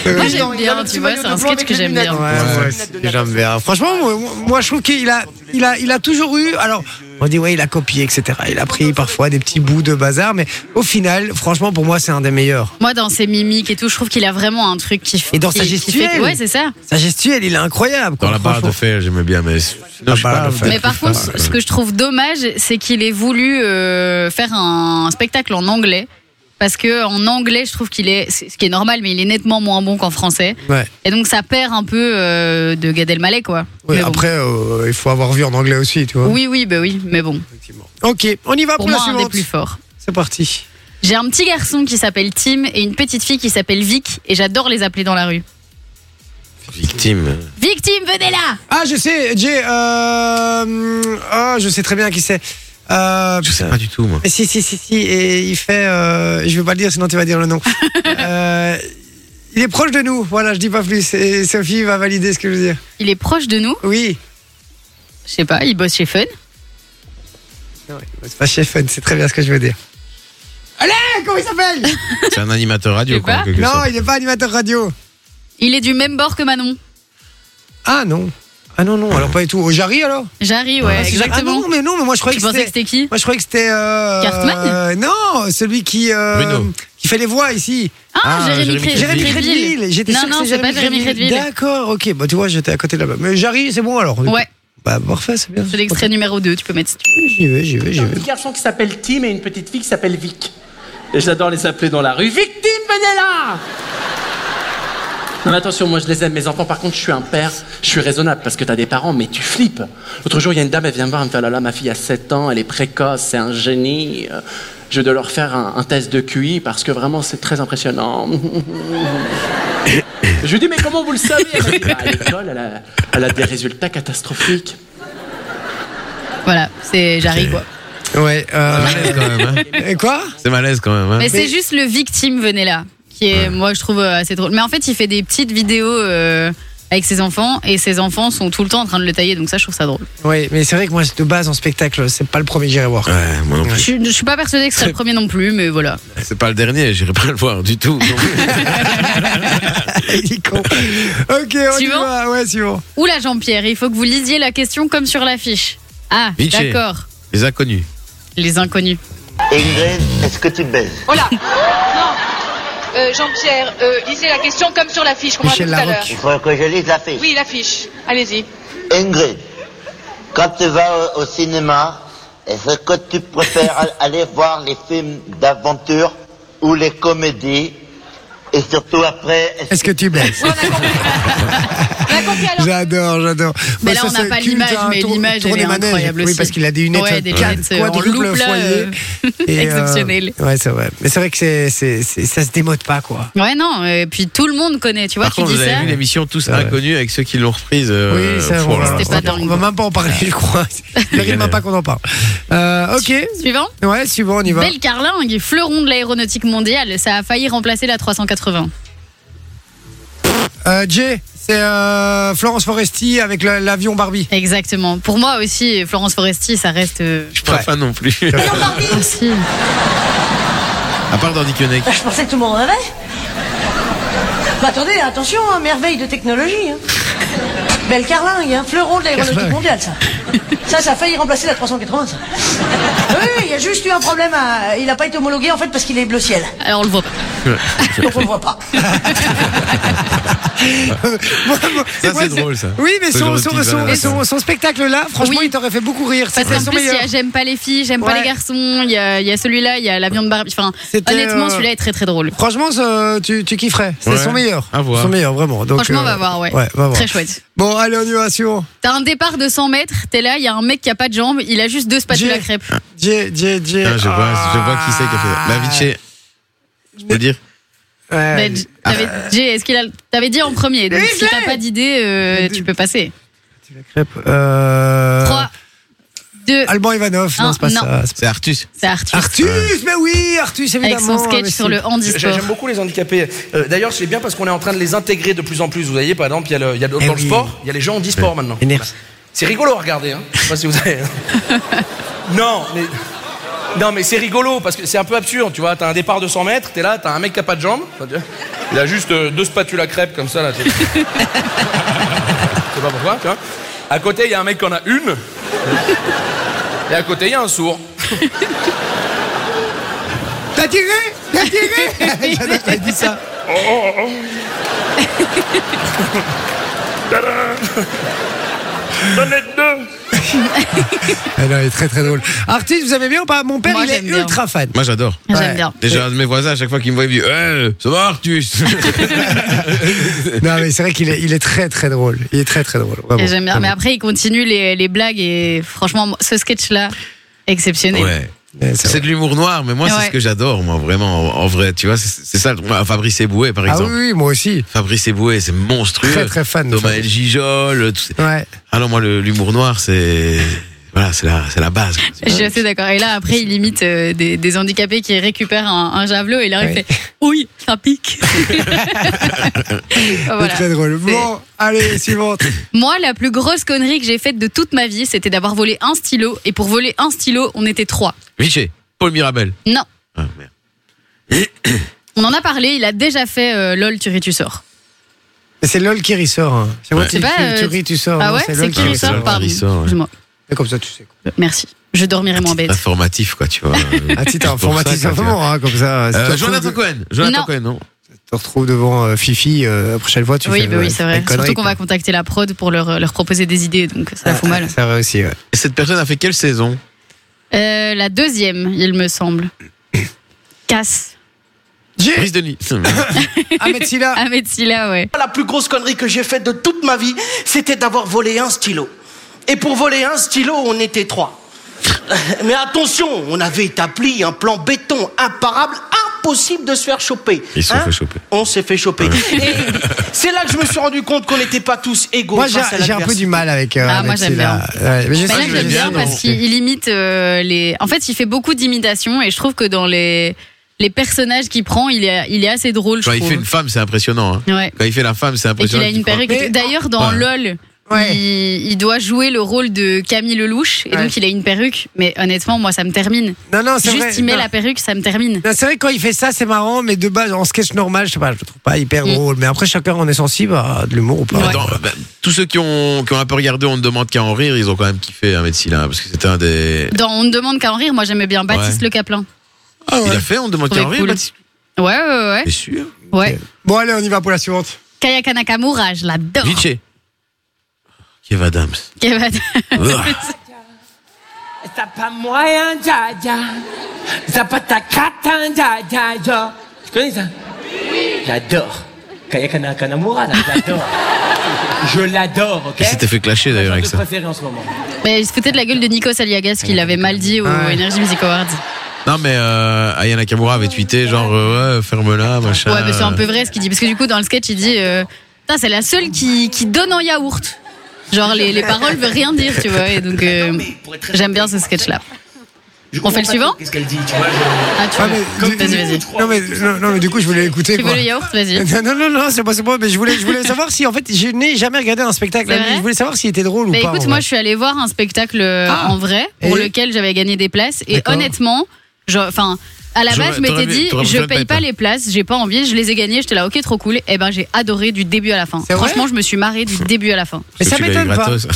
[SPEAKER 5] Euh,
[SPEAKER 8] Oui, non,
[SPEAKER 6] j'aime
[SPEAKER 8] il a le
[SPEAKER 6] bien,
[SPEAKER 8] petit
[SPEAKER 6] tu vois,
[SPEAKER 8] maillot
[SPEAKER 6] c'est
[SPEAKER 8] de
[SPEAKER 6] un
[SPEAKER 8] blond
[SPEAKER 6] sketch
[SPEAKER 8] avec
[SPEAKER 6] que
[SPEAKER 8] les
[SPEAKER 6] j'aime
[SPEAKER 8] lunettes.
[SPEAKER 6] bien.
[SPEAKER 5] Ah, Ouais, ouais, c'est- j'aime bien. Franchement, moi, moi, je trouve qu'il a, il a, il a toujours eu. Alors, On dit, ouais, il a copié, etc. Il a pris parfois des petits bouts de bazar, mais au final, franchement, pour moi, c'est un des meilleurs.
[SPEAKER 6] Moi, dans ses mimiques et tout, je trouve qu'il a vraiment un truc qui
[SPEAKER 5] Et dans
[SPEAKER 6] qui-
[SPEAKER 5] sa
[SPEAKER 6] qui fait-
[SPEAKER 5] gestuelle.
[SPEAKER 6] Ouais, c'est ça.
[SPEAKER 5] Sa gestuelle, il est incroyable. quoi,
[SPEAKER 7] Dans la barre de
[SPEAKER 5] franchement.
[SPEAKER 7] fer, j'aimais bien, mais.
[SPEAKER 5] La barre de fer.
[SPEAKER 6] Mais par contre, ce que je trouve dommage, c'est qu'il ait voulu euh, faire un spectacle en anglais. Parce que en anglais, je trouve qu'il est, c'est- ce qui est normal, mais il est nettement moins bon qu'en français.
[SPEAKER 5] Ouais.
[SPEAKER 6] Et donc ça perd un peu euh, de Gad Elmaleh, quoi.
[SPEAKER 5] Ouais,
[SPEAKER 6] Mais bon.
[SPEAKER 5] Après, euh, il faut avoir vu en anglais aussi, tu vois.
[SPEAKER 6] Oui, oui, bah oui, mais bon.
[SPEAKER 5] Ok, on y va pour,
[SPEAKER 6] Pour moi,
[SPEAKER 5] la
[SPEAKER 6] un des
[SPEAKER 5] suivante.
[SPEAKER 6] plus forts.
[SPEAKER 5] C'est parti.
[SPEAKER 6] J'ai un petit garçon qui s'appelle Tim et une petite fille qui s'appelle Vic et j'adore les appeler dans la rue.
[SPEAKER 7] Victime.
[SPEAKER 6] Victime, venez là
[SPEAKER 5] Ah, je sais, Jay. Euh... hum, Ah, je sais très bien qui c'est. Euh...
[SPEAKER 7] Je sais pas du tout, moi.
[SPEAKER 5] mais Si, si, si, si. Et il fait. Euh... Je vais pas le dire, sinon tu vas dire le nom. Euh, Il est proche de nous. Voilà, je dis pas plus. Et Sophie va valider ce que je veux dire.
[SPEAKER 6] Il est proche de nous,
[SPEAKER 5] Oui.
[SPEAKER 6] je sais pas, il bosse chez Fun.
[SPEAKER 5] C'est pas chez Fun, c'est très bien ce que je veux dire. Allez, comment il s'appelle
[SPEAKER 7] C'est un animateur
[SPEAKER 6] Je
[SPEAKER 7] radio,
[SPEAKER 6] sais
[SPEAKER 7] quoi.
[SPEAKER 6] pas.
[SPEAKER 7] en quelque
[SPEAKER 5] Non,
[SPEAKER 7] sorte.
[SPEAKER 5] il n'est pas animateur radio.
[SPEAKER 6] Il est du même bord que Manon.
[SPEAKER 5] Ah non. Ah non, non, alors pas du tout. Au Jarry alors
[SPEAKER 6] J'arrive, ouais,
[SPEAKER 5] Ah
[SPEAKER 6] exactement.
[SPEAKER 5] non, mais non, mais moi je croyais
[SPEAKER 6] tu
[SPEAKER 5] que
[SPEAKER 6] pensais que
[SPEAKER 5] c'était.
[SPEAKER 6] c'était qui
[SPEAKER 5] Moi, je croyais que c'était. euh,
[SPEAKER 6] Cartman
[SPEAKER 5] euh, Non, celui qui. euh,
[SPEAKER 7] Bruno.
[SPEAKER 5] Qui fait les voix ici.
[SPEAKER 6] Ah,
[SPEAKER 7] Ah,
[SPEAKER 6] Jérémy Cré-
[SPEAKER 7] Jérémy Crédville.
[SPEAKER 5] Jérémy Crédville. J'étais
[SPEAKER 6] Non,
[SPEAKER 5] sûr que
[SPEAKER 6] non,
[SPEAKER 5] c'est
[SPEAKER 6] c'est pas Jérémy Crédville.
[SPEAKER 5] D'accord, ok. Bah, tu vois, j'étais à côté de là-bas. Mais Jarry, c'est bon alors.
[SPEAKER 6] Ouais,
[SPEAKER 5] Bah, parfait, c'est bien.
[SPEAKER 6] c'est l'extrait numéro 2, tu peux mettre si tu veux.
[SPEAKER 5] Ok, J'y vais, j'y vais, j'y
[SPEAKER 9] un
[SPEAKER 5] vais.
[SPEAKER 9] petit garçon qui s'appelle Tim et une petite fille qui s'appelle Vic. Et j'adore les appeler dans la rue. Victime, venez là Non mais attention, moi je les aime, mes enfants. Par contre, je suis un père, je suis raisonnable parce que t'as des parents, mais tu flippes. L'autre jour, il y a une dame, elle vient me voir, elle me fait, Ah là là, ma fille a 7 ans, elle est précoce, c'est un génie. Euh, Je dois leur faire un, un test de QI parce que vraiment, c'est très impressionnant. je lui dis, mais comment vous le savez Elle me dit, Bah, À l'école, elle a- elle a des résultats catastrophiques.
[SPEAKER 6] Voilà, c'est Jarry, quoi.
[SPEAKER 5] Ouais. euh,
[SPEAKER 7] C'est malaise, quand même. hein.
[SPEAKER 5] et quoi
[SPEAKER 7] C'est malaise, quand même. hein.
[SPEAKER 6] Mais, c'est juste le victime, venez là, qui est, moi, je trouve euh, assez drôle. Mais en fait, il fait des petites vidéos euh, avec ses enfants et ses enfants sont tout le temps en train de le tailler, donc ça, je trouve ça drôle.
[SPEAKER 5] Ouais, mais c'est vrai que moi, de base, en spectacle, c'est pas le premier que j'irai voir.
[SPEAKER 7] Ouais, moi non plus.
[SPEAKER 6] Je, suis- je suis pas persuadée que ce serait le premier non plus, mais voilà.
[SPEAKER 7] C'est pas le dernier, j'irai pas le voir du tout. non plus.
[SPEAKER 5] Il est con. Ok, on y
[SPEAKER 6] Suivant
[SPEAKER 5] va. Ouais, suivant.
[SPEAKER 6] Oula, Jean-Pierre, il faut que vous lisiez la question comme sur l'affiche. Ah,
[SPEAKER 7] Vinci.
[SPEAKER 6] d'accord.
[SPEAKER 7] Les inconnus.
[SPEAKER 6] Les inconnus.
[SPEAKER 10] Ingrid, est-ce que tu baises
[SPEAKER 11] Oh là Non Euh, Jean-Pierre, euh, lisez la question comme sur l'affiche qu'on m'a fait
[SPEAKER 5] Michel
[SPEAKER 11] tout à l'heure.
[SPEAKER 5] Larocque.
[SPEAKER 10] Il faut que je lise la fiche.
[SPEAKER 11] Oui, l'affiche. Allez-y.
[SPEAKER 10] Ingrid, quand tu vas euh, au, au cinéma, est-ce que tu préfères al- aller voir les films d'aventure ou les comédies Et surtout après, est-ce
[SPEAKER 5] Est-ce que tu blesses
[SPEAKER 11] On a compris. On a compris alors.
[SPEAKER 5] J'adore, j'adore.
[SPEAKER 6] Mais
[SPEAKER 5] Bah,
[SPEAKER 6] là,
[SPEAKER 5] ça,
[SPEAKER 6] on n'a
[SPEAKER 5] c'est
[SPEAKER 6] pas
[SPEAKER 5] culte,
[SPEAKER 6] l'image,
[SPEAKER 5] hein,
[SPEAKER 6] mais
[SPEAKER 5] tour-
[SPEAKER 6] l'image, elle
[SPEAKER 5] tourner
[SPEAKER 6] est
[SPEAKER 5] manège.
[SPEAKER 6] incroyable
[SPEAKER 5] Oui,
[SPEAKER 6] aussi.
[SPEAKER 5] parce qu'il a des lunettes,
[SPEAKER 6] Ouais, des
[SPEAKER 5] quatre-
[SPEAKER 6] lunettes, euh, en
[SPEAKER 5] quadruple
[SPEAKER 6] loupe, là,
[SPEAKER 5] foyer.
[SPEAKER 6] euh,
[SPEAKER 5] Et, euh,
[SPEAKER 6] exceptionnel.
[SPEAKER 5] ouais, c'est vrai. Mais c'est vrai que c'est, c'est, c'est- ça se démode pas, quoi.
[SPEAKER 6] Ouais, non, et puis tout le monde connaît, tu vois,
[SPEAKER 7] Par
[SPEAKER 6] tu
[SPEAKER 7] contre,
[SPEAKER 6] dis
[SPEAKER 7] vous
[SPEAKER 6] ça.
[SPEAKER 7] avez vu l'émission Tous
[SPEAKER 5] Ah Ouais.
[SPEAKER 7] Inconnus avec ceux qui l'ont reprise. euh,
[SPEAKER 5] oui, ça,
[SPEAKER 7] pff,
[SPEAKER 5] on,
[SPEAKER 7] oh là
[SPEAKER 5] va,
[SPEAKER 7] là.
[SPEAKER 6] C'était pas dingue.
[SPEAKER 5] on va même pas en parler, je crois. Il
[SPEAKER 7] galère.
[SPEAKER 5] arrive pas qu'on en parle. Euh, ok.
[SPEAKER 6] Suivant
[SPEAKER 5] Ouais, suivant, on y va.
[SPEAKER 6] Belle Carlingue, fleuron de l'aéronautique mondiale, ça a failli remplacer la 380.
[SPEAKER 5] Euh, Jay, c'est euh, Florence Foresti avec la- l'avion Barbie.
[SPEAKER 6] Exactement. Pour moi aussi, Florence Foresti, ça reste. euh,
[SPEAKER 7] Je suis pas fan non plus.
[SPEAKER 6] aussi.
[SPEAKER 7] À part dans Dickeneck.
[SPEAKER 1] Je pensais que tout le monde en avait. Bah, attendez, attention, hein, merveille de technologie. hein. Belle carlingue, hein, fleuron de l'aéronautique
[SPEAKER 5] Carlingue.
[SPEAKER 1] mondiale, ça. Ça, ça a failli remplacer la 380, ça. Oui, oui, il y a juste eu un problème. à- Il n'a pas été homologué, en fait, parce qu'il est bleu ciel.
[SPEAKER 6] Alors, on le voit pas.
[SPEAKER 1] Donc, on le voit pas.
[SPEAKER 5] Moi, moi,
[SPEAKER 7] Ça,
[SPEAKER 5] moi,
[SPEAKER 7] c'est drôle, ça.
[SPEAKER 5] Oui, mais son,
[SPEAKER 7] Ce genre de hein.
[SPEAKER 5] son,
[SPEAKER 7] petite
[SPEAKER 5] son,
[SPEAKER 7] balade.
[SPEAKER 5] son- son spectacle là, franchement,
[SPEAKER 6] Oui.
[SPEAKER 5] il t'aurait fait beaucoup rire.
[SPEAKER 6] Parce
[SPEAKER 5] C'était
[SPEAKER 6] qu'en
[SPEAKER 5] son
[SPEAKER 6] plus, il y
[SPEAKER 5] meilleur.
[SPEAKER 6] a J'aime pas les filles, J'aime pas
[SPEAKER 5] Ouais.
[SPEAKER 6] les garçons, il y a, il y a celui-là, il y a l'avion de Barbie. Enfin,
[SPEAKER 5] C'était,
[SPEAKER 6] honnêtement,
[SPEAKER 5] euh,
[SPEAKER 6] celui-là est très très drôle.
[SPEAKER 5] Franchement, ça, tu, tu kifferais. C'est
[SPEAKER 7] Ouais.
[SPEAKER 5] son meilleur.
[SPEAKER 7] À voir.
[SPEAKER 5] Son meilleur, vraiment. Donc,
[SPEAKER 6] Franchement,
[SPEAKER 5] euh,
[SPEAKER 6] va voir, ouais.
[SPEAKER 5] va voir.
[SPEAKER 6] Très chouette.
[SPEAKER 5] Bon, allez, on y va, suivant.
[SPEAKER 6] T'as un départ de 100 mètres, t'es là, il y a un mec qui a pas de jambes, il a juste deux spatulas
[SPEAKER 5] J'ai- Ah,
[SPEAKER 6] crêpes.
[SPEAKER 5] Jay, Jay, Jay. Ah.
[SPEAKER 7] Putain, Ah, je, vois, je vois qui c'est qui a fait ça. La Vinci. Je peux le dire.
[SPEAKER 5] Ouais.
[SPEAKER 6] Ben, t'avais-
[SPEAKER 5] ah.
[SPEAKER 6] Jay, est-ce qu'il a- T'avais dit en premier, donc
[SPEAKER 5] Oui,
[SPEAKER 6] si t'as pas d'idée, euh,
[SPEAKER 5] Mais
[SPEAKER 6] tu peux passer.
[SPEAKER 5] Euh,
[SPEAKER 6] 3, 2,
[SPEAKER 5] Alban Ivanov. Non,
[SPEAKER 6] Un,
[SPEAKER 5] c'est pas
[SPEAKER 6] non.
[SPEAKER 5] ça.
[SPEAKER 7] C'est Artus.
[SPEAKER 6] c'est Arthur.
[SPEAKER 5] Artus, mais oui, Artus, évidemment.
[SPEAKER 6] Avec son sketch
[SPEAKER 5] mais
[SPEAKER 6] sur
[SPEAKER 5] si.
[SPEAKER 6] le handisport.
[SPEAKER 9] J'aime beaucoup les handicapés. Euh, D'ailleurs, c'est bien parce qu'on est en train de les intégrer de plus en plus. Vous voyez, par exemple, il y a, le- il y a dans
[SPEAKER 5] Eh
[SPEAKER 9] le
[SPEAKER 5] oui.
[SPEAKER 9] sport, il y a les gens handisport
[SPEAKER 4] Euh,
[SPEAKER 9] maintenant.
[SPEAKER 5] Énerve.
[SPEAKER 9] C'est rigolo à regarder. Hein. Je sais pas si vous avez... hein. non, mais... Non, mais c'est rigolo parce que c'est un peu absurde. Tu vois, t'as un départ de 100 mètres, t'es là, t'as un mec qui a pas de jambes. Il a juste euh, deux spatules à crêpes comme ça là. tu sais. Je sais pas pourquoi. Tu vois. À côté, il y a un mec qui en a une.
[SPEAKER 12] Et à côté, il y a un sourd.
[SPEAKER 5] T'as tiré T'as tiré J'adore quand il dit ça.
[SPEAKER 7] Oh,
[SPEAKER 5] Ah non, il est très très drôle. Artiste, vous avez bien ou pas Mon père,
[SPEAKER 6] Moi,
[SPEAKER 5] il est
[SPEAKER 6] j'aime bien.
[SPEAKER 5] ultra fan.
[SPEAKER 7] Moi j'adore.
[SPEAKER 6] J'aime bien.
[SPEAKER 7] Déjà, un de mes voisins, à chaque fois qu'il me voit, il me dit Eh, ça va, Artus
[SPEAKER 5] Non, mais c'est vrai qu'il est, il est très très drôle. Il est très très drôle. vraiment.
[SPEAKER 6] Et j'aime bien. Mais après, il continue les, les blagues et franchement, moi, ce sketch-là, exceptionnel.
[SPEAKER 7] Ouais.
[SPEAKER 5] Ouais, c'est
[SPEAKER 7] C'est de l'humour noir, mais moi, c'est
[SPEAKER 6] Ouais.
[SPEAKER 7] ce que j'adore, moi, vraiment, en en vrai. Tu vois, c'est c'est ça. moi, Fabrice Eboué, par
[SPEAKER 5] Ah
[SPEAKER 7] exemple.
[SPEAKER 5] oui, oui, moi aussi.
[SPEAKER 7] Fabrice Eboué, c'est monstrueux.
[SPEAKER 5] Très, très fan de
[SPEAKER 7] Thomas El
[SPEAKER 5] Fabrice.
[SPEAKER 7] Gijol. Tout... ça.
[SPEAKER 5] Ouais.
[SPEAKER 7] Ah non, moi, le- l'humour noir, c'est. Voilà, c'est la, c'est la base.
[SPEAKER 6] Je suis assez d'accord. Et là, après, il imite euh, des, des handicapés qui récupèrent un, un javelot et là, il
[SPEAKER 5] Ouais.
[SPEAKER 6] fait Oui, ça pique. voilà.
[SPEAKER 5] C'est très drôle. Bon, allez, suivante.
[SPEAKER 6] Moi, la plus grosse connerie que j'ai faite de toute ma vie, c'était d'avoir volé un stylo. Et pour voler un stylo, on était trois.
[SPEAKER 7] Vichy, Paul Mirabel.
[SPEAKER 6] Non.
[SPEAKER 7] Ah, merde.
[SPEAKER 6] On en a parlé, il a déjà fait euh, LOL, tu ris, tu sors.
[SPEAKER 5] Mais C'est LOL qui ressort. hein. C'est moi
[SPEAKER 7] Ouais.
[SPEAKER 5] qui
[SPEAKER 6] C'est pas,
[SPEAKER 5] qui- tu
[SPEAKER 6] euh,
[SPEAKER 5] ris, tu sors. Oh,
[SPEAKER 6] ah
[SPEAKER 5] non,
[SPEAKER 6] ouais, c'est
[SPEAKER 5] LOL
[SPEAKER 6] qui rit,
[SPEAKER 7] ressort,
[SPEAKER 6] sort
[SPEAKER 7] qui
[SPEAKER 6] Pardon.
[SPEAKER 7] rit, sort, ouais. Ah,
[SPEAKER 6] Excuse-moi.
[SPEAKER 5] Et comme ça, tu sais.
[SPEAKER 6] Merci. Je dormirai moins bête. Euh,
[SPEAKER 7] Informatif, quoi, tu vois.
[SPEAKER 5] Ah, si t'es
[SPEAKER 7] C'est pour ça,
[SPEAKER 5] informaticien,
[SPEAKER 7] quoi, tu vois.
[SPEAKER 5] vraiment, hein, comme ça. si tu te
[SPEAKER 7] Euh,
[SPEAKER 5] retrouves
[SPEAKER 7] Jonathan
[SPEAKER 5] de-
[SPEAKER 7] Cohen. Jonathan
[SPEAKER 6] Non.
[SPEAKER 7] Cohen, non
[SPEAKER 5] tu te retrouves devant euh, Fifi, euh, la prochaine fois, tu
[SPEAKER 6] Oui,
[SPEAKER 5] fais,
[SPEAKER 6] bah
[SPEAKER 5] euh,
[SPEAKER 6] oui, c'est
[SPEAKER 5] une
[SPEAKER 6] vrai.
[SPEAKER 5] connerie,
[SPEAKER 6] Surtout qu'on
[SPEAKER 5] quoi. Ah,
[SPEAKER 6] va contacter la prod pour leur, leur proposer des idées, donc ça fout mal.
[SPEAKER 5] Ça va aussi, ouais.
[SPEAKER 7] Et cette personne a fait quelle saison
[SPEAKER 6] Euh, la deuxième, il me semble. Casse.
[SPEAKER 5] J'ai
[SPEAKER 7] Brice Denis.
[SPEAKER 5] Ahmed Silla.
[SPEAKER 6] Ahmed Silla, Ah, ouais.
[SPEAKER 13] La plus grosse connerie que j'ai faite de toute ma vie, c'était d'avoir volé un stylo. Et pour voler un stylo, on était trois. Mais attention, on avait établi un plan béton imparable, impossible de se faire choper. Hein
[SPEAKER 7] Ils se sont fait choper.
[SPEAKER 13] On s'est fait choper. Et c'est là que je me suis rendu compte qu'on n'était pas tous égaux.
[SPEAKER 5] Moi, j'ai
[SPEAKER 13] face à
[SPEAKER 5] j'ai un peu
[SPEAKER 13] l'adversité.
[SPEAKER 5] du mal avec. euh,
[SPEAKER 6] Ah,
[SPEAKER 5] Ahmed
[SPEAKER 6] moi, j'aime
[SPEAKER 5] Silla. Ouais, mais je
[SPEAKER 6] Mais
[SPEAKER 5] sais
[SPEAKER 6] Bah, là,
[SPEAKER 5] que
[SPEAKER 6] j'aime
[SPEAKER 5] je-
[SPEAKER 6] bien
[SPEAKER 5] je-
[SPEAKER 6] parce qu'il il imite euh, les. En fait, il fait beaucoup d'imitations et je trouve que dans les, les personnages qu'il prend, il est, il est assez drôle, je
[SPEAKER 7] Quand il
[SPEAKER 6] trouve.
[SPEAKER 7] fait une femme, c'est impressionnant. hein.
[SPEAKER 6] Ouais.
[SPEAKER 7] Quand il fait la femme, c'est
[SPEAKER 6] Et qu'il
[SPEAKER 7] impressionnant.
[SPEAKER 6] a une
[SPEAKER 7] tu crois.
[SPEAKER 6] perruque. D'ailleurs, dans
[SPEAKER 7] Ah. Ouais.
[SPEAKER 6] LOL,
[SPEAKER 5] Ouais.
[SPEAKER 6] il, il doit jouer le rôle de Camille Lelouch et
[SPEAKER 5] Ouais.
[SPEAKER 6] donc il a une perruque. Mais honnêtement, moi, ça me termine.
[SPEAKER 5] Non, non, c'est
[SPEAKER 6] Juste,
[SPEAKER 5] vrai.
[SPEAKER 6] il met
[SPEAKER 5] Non.
[SPEAKER 6] la perruque, ça me termine.
[SPEAKER 5] Non, c'est vrai que quand il fait ça, c'est marrant, mais de base, en sketch normal, je sais pas, je le trouve pas hyper
[SPEAKER 6] Mm.
[SPEAKER 5] drôle. Mais après, chacun en est sensible à de l'humour ou pas.
[SPEAKER 7] Attends, bah, tous ceux qui ont, qui ont un peu regardé, on ne demande qu'à en rire, ils ont quand même kiffé un médecin là, parce que c'était un des.
[SPEAKER 6] Dans On ne demande qu'à en rire, moi, j'aimais bien Baptiste
[SPEAKER 7] Ouais.
[SPEAKER 6] Le Caplin.
[SPEAKER 7] Il a fait, on ne demande
[SPEAKER 6] Trouvais
[SPEAKER 7] qu'à en rire.
[SPEAKER 6] cool.
[SPEAKER 7] Baptiste
[SPEAKER 6] Ouais, ouais, ouais.
[SPEAKER 7] T'es sûr
[SPEAKER 6] ouais.
[SPEAKER 5] Bon, allez, on y va pour la suivante.
[SPEAKER 6] Kayaka Nakamura, je l'adore.
[SPEAKER 7] Vichy.
[SPEAKER 6] Oh.
[SPEAKER 7] Kev Adams.
[SPEAKER 6] Kev-
[SPEAKER 14] T'as pas moyen, dja dja. T'as pas ta catin, dja dja dja. Tu connais ça J'adore. Kayakana Kanamura, là, j'adore. Je l'adore, ok
[SPEAKER 7] Il s'était fait clasher d'ailleurs avec
[SPEAKER 14] Mon
[SPEAKER 7] ça.
[SPEAKER 14] préféré en ce moment.
[SPEAKER 6] Mais il se foutait de la gueule de Nikos Aliagas qu'il avait mal dit au
[SPEAKER 5] Ouais.
[SPEAKER 6] Energy Music Awards.
[SPEAKER 7] Non, mais euh, Aya Nakamura avait tweeté genre, euh, ouais, ferme-la, machin.
[SPEAKER 6] Ouais, mais c'est un peu vrai ce qu'il dit. Parce que du coup, dans le sketch, il dit euh, Putain, c'est la seule qui, qui donne en yaourt. Genre, les, les paroles veulent rien dire, tu vois. Et donc, euh, j'aime bien ce sketch-là. On fait le suivant
[SPEAKER 14] Qu'est-ce qu'elle dit, tu vois je-
[SPEAKER 6] Ah, tu
[SPEAKER 5] Ah,
[SPEAKER 6] veux
[SPEAKER 5] mais-
[SPEAKER 6] Vas-y, vas-y.
[SPEAKER 5] Non, mais, non, non, mais du coup, je voulais écouter.
[SPEAKER 6] Tu veux
[SPEAKER 5] quoi.
[SPEAKER 6] le yaourt Vas-y.
[SPEAKER 5] Non, non, non, non, c'est pas, c'est pas, mais je voulais, je voulais savoir si, en fait, je n'ai jamais regardé un spectacle.
[SPEAKER 6] C'est vrai
[SPEAKER 5] Je voulais savoir s'il était drôle
[SPEAKER 6] Bah
[SPEAKER 5] ou pas.
[SPEAKER 6] écoute,
[SPEAKER 5] en
[SPEAKER 6] moi
[SPEAKER 5] vrai.
[SPEAKER 6] je suis allée voir un spectacle euh,
[SPEAKER 5] Ah.
[SPEAKER 6] en vrai pour
[SPEAKER 5] Et
[SPEAKER 6] lequel j'avais gagné des places et
[SPEAKER 5] D'accord.
[SPEAKER 6] honnêtement, je- enfin à la
[SPEAKER 7] J'aurais-
[SPEAKER 6] base je m'étais
[SPEAKER 7] t'aurais vu-
[SPEAKER 6] dit
[SPEAKER 7] t'aurais
[SPEAKER 6] je
[SPEAKER 7] besoin de
[SPEAKER 6] paye pas
[SPEAKER 7] paper.
[SPEAKER 6] les places, j'ai pas envie, je les ai gagnées, j'étais là ok trop cool et ben j'ai adoré du début à la fin.
[SPEAKER 5] C'est vrai
[SPEAKER 6] Franchement je me suis marrée du début à la fin.
[SPEAKER 5] Mais ça
[SPEAKER 7] Tu l'as eu
[SPEAKER 5] m'étonne pas.
[SPEAKER 7] gratos.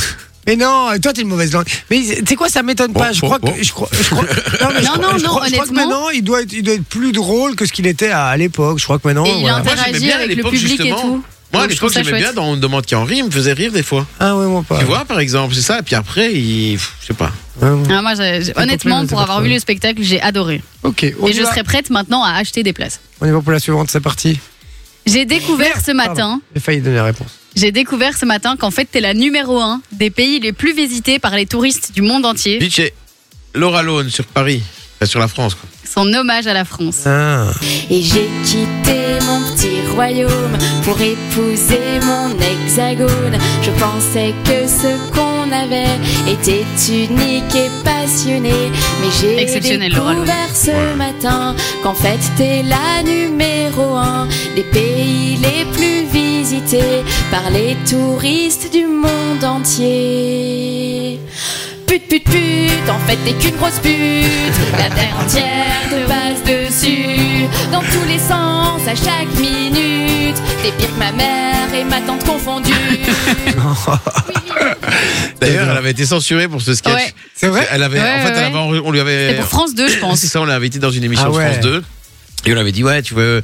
[SPEAKER 5] Mais non, toi, t'es une mauvaise langue. Mais tu sais quoi, ça m'étonne pas.
[SPEAKER 7] Oh,
[SPEAKER 5] je
[SPEAKER 7] oh,
[SPEAKER 5] crois
[SPEAKER 7] oh.
[SPEAKER 5] que. Je crois, je crois- mais je
[SPEAKER 6] Non,
[SPEAKER 5] crois-
[SPEAKER 6] non,
[SPEAKER 5] je
[SPEAKER 6] non,
[SPEAKER 5] crois- je crois que
[SPEAKER 6] honnêtement.
[SPEAKER 5] maintenant, il doit, être, il doit être plus drôle que ce qu'il était à, à l'époque. Je crois que maintenant.
[SPEAKER 6] Et il
[SPEAKER 5] voilà.
[SPEAKER 6] interagit
[SPEAKER 7] j'aimais
[SPEAKER 6] avec le public et tout.
[SPEAKER 7] Moi, à
[SPEAKER 6] Donc, je trouve
[SPEAKER 7] l'époque,
[SPEAKER 6] ça
[SPEAKER 7] j'aimais bien,
[SPEAKER 6] chouette.
[SPEAKER 7] dans on me demande qui en rire, il me faisait rire des fois.
[SPEAKER 5] Ah, ouais, moi pas.
[SPEAKER 7] Tu vois, par exemple, c'est ça. Et puis après, il. pff, Je sais pas.
[SPEAKER 5] Ouais, ouais.
[SPEAKER 6] Ah, moi, j'ai- j'ai-
[SPEAKER 5] pas
[SPEAKER 6] honnêtement,
[SPEAKER 5] compris,
[SPEAKER 6] pour
[SPEAKER 5] c'est
[SPEAKER 6] avoir
[SPEAKER 5] pas
[SPEAKER 6] vu
[SPEAKER 5] trop.
[SPEAKER 6] le spectacle, j'ai adoré.
[SPEAKER 5] Ok, on
[SPEAKER 6] et
[SPEAKER 5] y,
[SPEAKER 6] je
[SPEAKER 5] va.
[SPEAKER 6] serais prête maintenant à acheter des places.
[SPEAKER 5] on y va pour la suivante, c'est parti.
[SPEAKER 6] J'ai découvert ce matin,
[SPEAKER 5] Pardon, J'ai failli donner la réponse.
[SPEAKER 6] j'ai découvert ce matin qu'en fait, t'es la numéro un des pays les plus visités par les touristes du monde entier.
[SPEAKER 7] Vite, c'est Laura Lone sur Paris. Enfin, sur la France, quoi.
[SPEAKER 6] Son hommage à la France.
[SPEAKER 5] Ah.
[SPEAKER 3] Et j'ai quitté mon petit royaume pour épouser mon hexagone. Je pensais que ce qu'on avait était unique et passionné. Mais j'ai
[SPEAKER 6] Exceptionnel, Laura Lou.
[SPEAKER 3] découvert ce matin qu'en fait t'es la numéro un des pays les plus visités par les touristes du monde entier. Pute, pute, pute, en fait t'es qu'une grosse pute. La terre entière te passe dessus. Dans tous les sens, à chaque minute. T'es pire que ma mère et ma tante confondue.
[SPEAKER 7] D'ailleurs, elle avait été censurée pour ce sketch.
[SPEAKER 6] Ouais.
[SPEAKER 7] C'est vrai elle avait,
[SPEAKER 6] Ouais,
[SPEAKER 7] En fait,
[SPEAKER 6] ouais,
[SPEAKER 7] elle avait, on lui avait.
[SPEAKER 6] C'était pour France 2, je pense.
[SPEAKER 7] C'est ça, on l'a invité dans une émission
[SPEAKER 5] Ah
[SPEAKER 7] de
[SPEAKER 5] ouais.
[SPEAKER 7] France 2. Et on lui avait dit, ouais, tu veux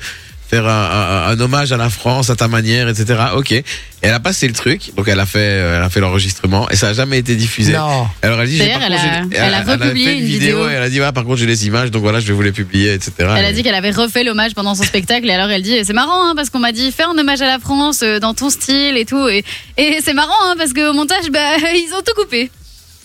[SPEAKER 7] faire un, un- un hommage à la France, à ta manière, etc. Ok. Et elle a passé le truc, donc elle a fait, euh, elle a fait l'enregistrement, et ça a jamais été diffusé.
[SPEAKER 5] Non.
[SPEAKER 7] Alors elle dit, j'ai-
[SPEAKER 6] D'ailleurs,
[SPEAKER 7] par
[SPEAKER 6] elle
[SPEAKER 7] contre,
[SPEAKER 6] a-
[SPEAKER 7] j'ai-
[SPEAKER 6] elle a
[SPEAKER 7] avait
[SPEAKER 6] republié
[SPEAKER 7] fait
[SPEAKER 6] une vidéo.
[SPEAKER 7] et elle a dit, ouais, par contre, j'ai les images, donc voilà, je vais vous les publier, etc.
[SPEAKER 6] Elle a dit qu'elle avait refait l'hommage pendant son spectacle et alors elle dit c'est marrant hein, parce qu'on m'a dit fais un hommage à la France euh, dans ton style et tout et, et c'est marrant hein, parce qu'au montage bah, ils ont tout coupé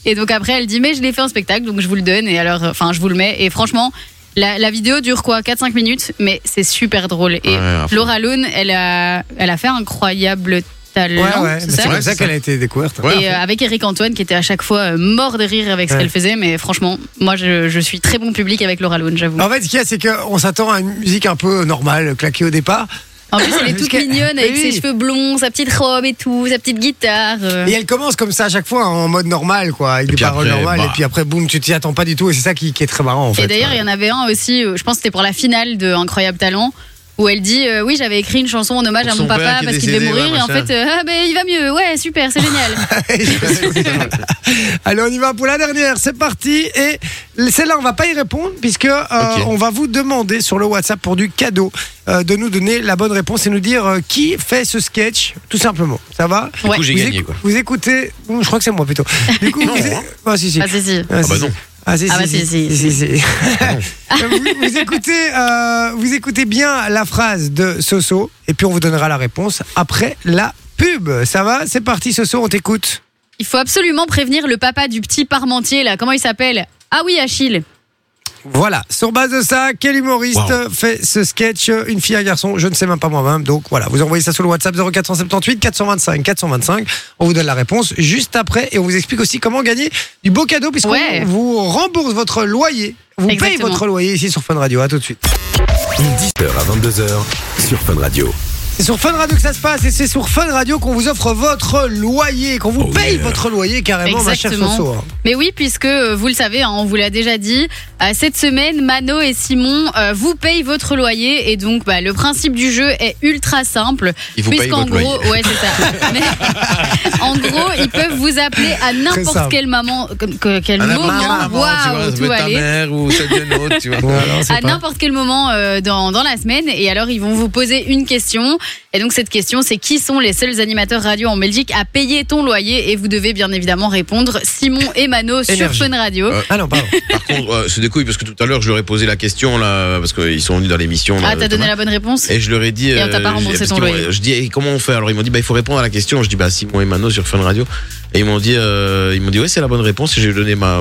[SPEAKER 6] et donc après elle dit mais je l'ai fait en spectacle donc je vous le donne et alors euh, enfin je vous le mets et franchement la, la vidéo dure quoi 4-5 minutes mais c'est super drôle et
[SPEAKER 7] Ouais, à fond.
[SPEAKER 6] Laura Loon elle a, elle a fait un incroyable talent
[SPEAKER 5] Ouais, ouais,
[SPEAKER 6] c'est
[SPEAKER 5] mais c'est
[SPEAKER 6] ça
[SPEAKER 5] comme ça qu'elle a été découverte.
[SPEAKER 6] et euh, avec Eric Antoine qui était à chaque fois euh, mort de rire avec ce
[SPEAKER 5] Ouais.
[SPEAKER 6] qu'elle faisait mais franchement moi je, je suis très bon public avec Laura Loon j'avoue
[SPEAKER 5] En fait, ce qu'il y a, c'est qu'on s'attend à une musique un peu normale, claquée au départ.
[SPEAKER 6] En plus, elle est toute
[SPEAKER 5] Jusqu'à-
[SPEAKER 6] mignonne avec
[SPEAKER 5] Oui.
[SPEAKER 6] ses cheveux blonds, sa petite robe et tout, sa petite guitare. euh.
[SPEAKER 5] Et elle commence comme ça à chaque fois, en mode normal, quoi, avec des
[SPEAKER 7] puis
[SPEAKER 5] paroles
[SPEAKER 7] après,
[SPEAKER 5] normales.
[SPEAKER 7] bah.
[SPEAKER 5] Et puis après, boum, tu t'y attends pas du tout. Et c'est ça qui, qui est très marrant, en fait.
[SPEAKER 6] Et d'ailleurs, il y en avait un aussi, euh, je pense que c'était pour la finale de Incroyable Talent, où elle dit euh, Oui, j'avais écrit une chanson en hommage
[SPEAKER 7] Pour
[SPEAKER 6] à mon
[SPEAKER 7] son père
[SPEAKER 6] papa
[SPEAKER 7] qui est
[SPEAKER 6] parce qu'il devait
[SPEAKER 7] décédé,
[SPEAKER 6] mourir,
[SPEAKER 7] ouais,
[SPEAKER 6] et en
[SPEAKER 7] machin.
[SPEAKER 6] fait, euh, ah, ben il va mieux, ouais, super, c'est génial.
[SPEAKER 5] Ouais. Allez, on y va pour la dernière. C'est parti. Et celle-là, on va pas y répondre puisque euh,
[SPEAKER 7] Ok.
[SPEAKER 5] on va vous demander sur le WhatsApp pour du cadeau euh, de nous donner la bonne réponse et nous dire euh, qui fait ce sketch, tout simplement. Ça va
[SPEAKER 7] Du coup, j'ai
[SPEAKER 5] vous,
[SPEAKER 7] gagné,
[SPEAKER 5] éc-
[SPEAKER 7] quoi.
[SPEAKER 5] vous écoutez Hum, Je crois que c'est moi plutôt. Du coup,
[SPEAKER 7] Non,
[SPEAKER 5] vous é-
[SPEAKER 7] hein.
[SPEAKER 5] Ah, si, si.
[SPEAKER 6] Ah, si, si.
[SPEAKER 5] Ah, si,
[SPEAKER 7] bah
[SPEAKER 5] si.
[SPEAKER 7] non. Ah,
[SPEAKER 5] Ah, si,
[SPEAKER 6] Ah,
[SPEAKER 5] si,
[SPEAKER 6] bah,
[SPEAKER 5] si,
[SPEAKER 6] si, si,
[SPEAKER 5] si, si. vous, vous écoutez, euh, vous écoutez bien la phrase de Soso et puis on vous donnera la réponse après la pub. Ça va C'est parti, Soso, on t'écoute.
[SPEAKER 6] Il faut absolument prévenir le papa du petit parmentier, là, comment il s'appelle Ah oui, Achille.
[SPEAKER 5] Voilà, sur base de ça, quel humoriste
[SPEAKER 7] Wow.
[SPEAKER 5] fait ce sketch euh, Une fille, un garçon, je ne sais même pas moi-même. Donc voilà, vous envoyez ça sur le WhatsApp 0478 425 425. On vous donne la réponse juste après et on vous explique aussi comment gagner du beau cadeau puisqu'on
[SPEAKER 6] Ouais.
[SPEAKER 5] vous rembourse votre loyer. Vous payez
[SPEAKER 6] Exactement.
[SPEAKER 5] votre loyer ici sur Fun Radio. À tout de suite.
[SPEAKER 2] 10h à 22h sur Fun Radio.
[SPEAKER 5] C'est sur Fun Radio que ça se passe et c'est sur Fun Radio qu'on vous offre votre loyer, qu'on vous
[SPEAKER 2] Oh
[SPEAKER 5] paye
[SPEAKER 2] yeah.
[SPEAKER 5] votre loyer carrément, ma chère
[SPEAKER 6] Exactement.
[SPEAKER 5] Soso, hein.
[SPEAKER 6] Mais oui, puisque euh, vous le savez, hein, on vous l'a déjà dit, euh, cette semaine, Mano et Simon euh, vous payent votre loyer. Et donc, bah, le principe du jeu est ultra simple.
[SPEAKER 7] Ils vous payent
[SPEAKER 6] Puisqu'en
[SPEAKER 7] votre
[SPEAKER 6] gros, ouais, c'est ça. Mais, en gros, ils peuvent vous appeler à
[SPEAKER 5] simple.
[SPEAKER 6] n'importe quel moment. que- que- quel
[SPEAKER 7] À la
[SPEAKER 6] moment. hein.
[SPEAKER 7] maman, tu vois,
[SPEAKER 6] Waouh,
[SPEAKER 7] ça
[SPEAKER 6] tout
[SPEAKER 7] peut
[SPEAKER 6] va
[SPEAKER 7] être ta
[SPEAKER 6] aller.
[SPEAKER 7] mère ou celle de l'autre, tu vois.
[SPEAKER 5] Voilà, on sait
[SPEAKER 6] à
[SPEAKER 5] pas.
[SPEAKER 6] n'importe quel moment euh, dans, dans la semaine. Et alors, ils vont vous poser une question. Et donc, cette question, c'est qui sont les seuls animateurs radio en Belgique à payer ton loyer Et vous devez bien évidemment répondre Simon et Mano sur
[SPEAKER 5] Énergie.
[SPEAKER 6] Fun Radio.
[SPEAKER 7] Euh,
[SPEAKER 5] Ah non, pardon.
[SPEAKER 7] Par contre, euh, c'est des couilles parce que tout à l'heure, je leur ai posé la question là, parce qu'ils sont venus dans l'émission. là,
[SPEAKER 6] ah, t'as donné
[SPEAKER 7] Thomas.
[SPEAKER 6] la bonne réponse
[SPEAKER 7] Et je leur ai dit.
[SPEAKER 6] Et on t'a
[SPEAKER 7] euh,
[SPEAKER 6] pas
[SPEAKER 7] je-
[SPEAKER 6] remboursé
[SPEAKER 7] parce
[SPEAKER 6] ton
[SPEAKER 7] qu'ils m'ont-
[SPEAKER 6] loyer.
[SPEAKER 7] Je dis, et comment on fait Alors ils m'ont dit, bah, il faut répondre à la question. Je dis, bah, Simon et Mano sur Fun Radio. Et ils m'ont dit, euh, ils m'ont dit, ouais, c'est la bonne réponse. Et j'ai donné ma,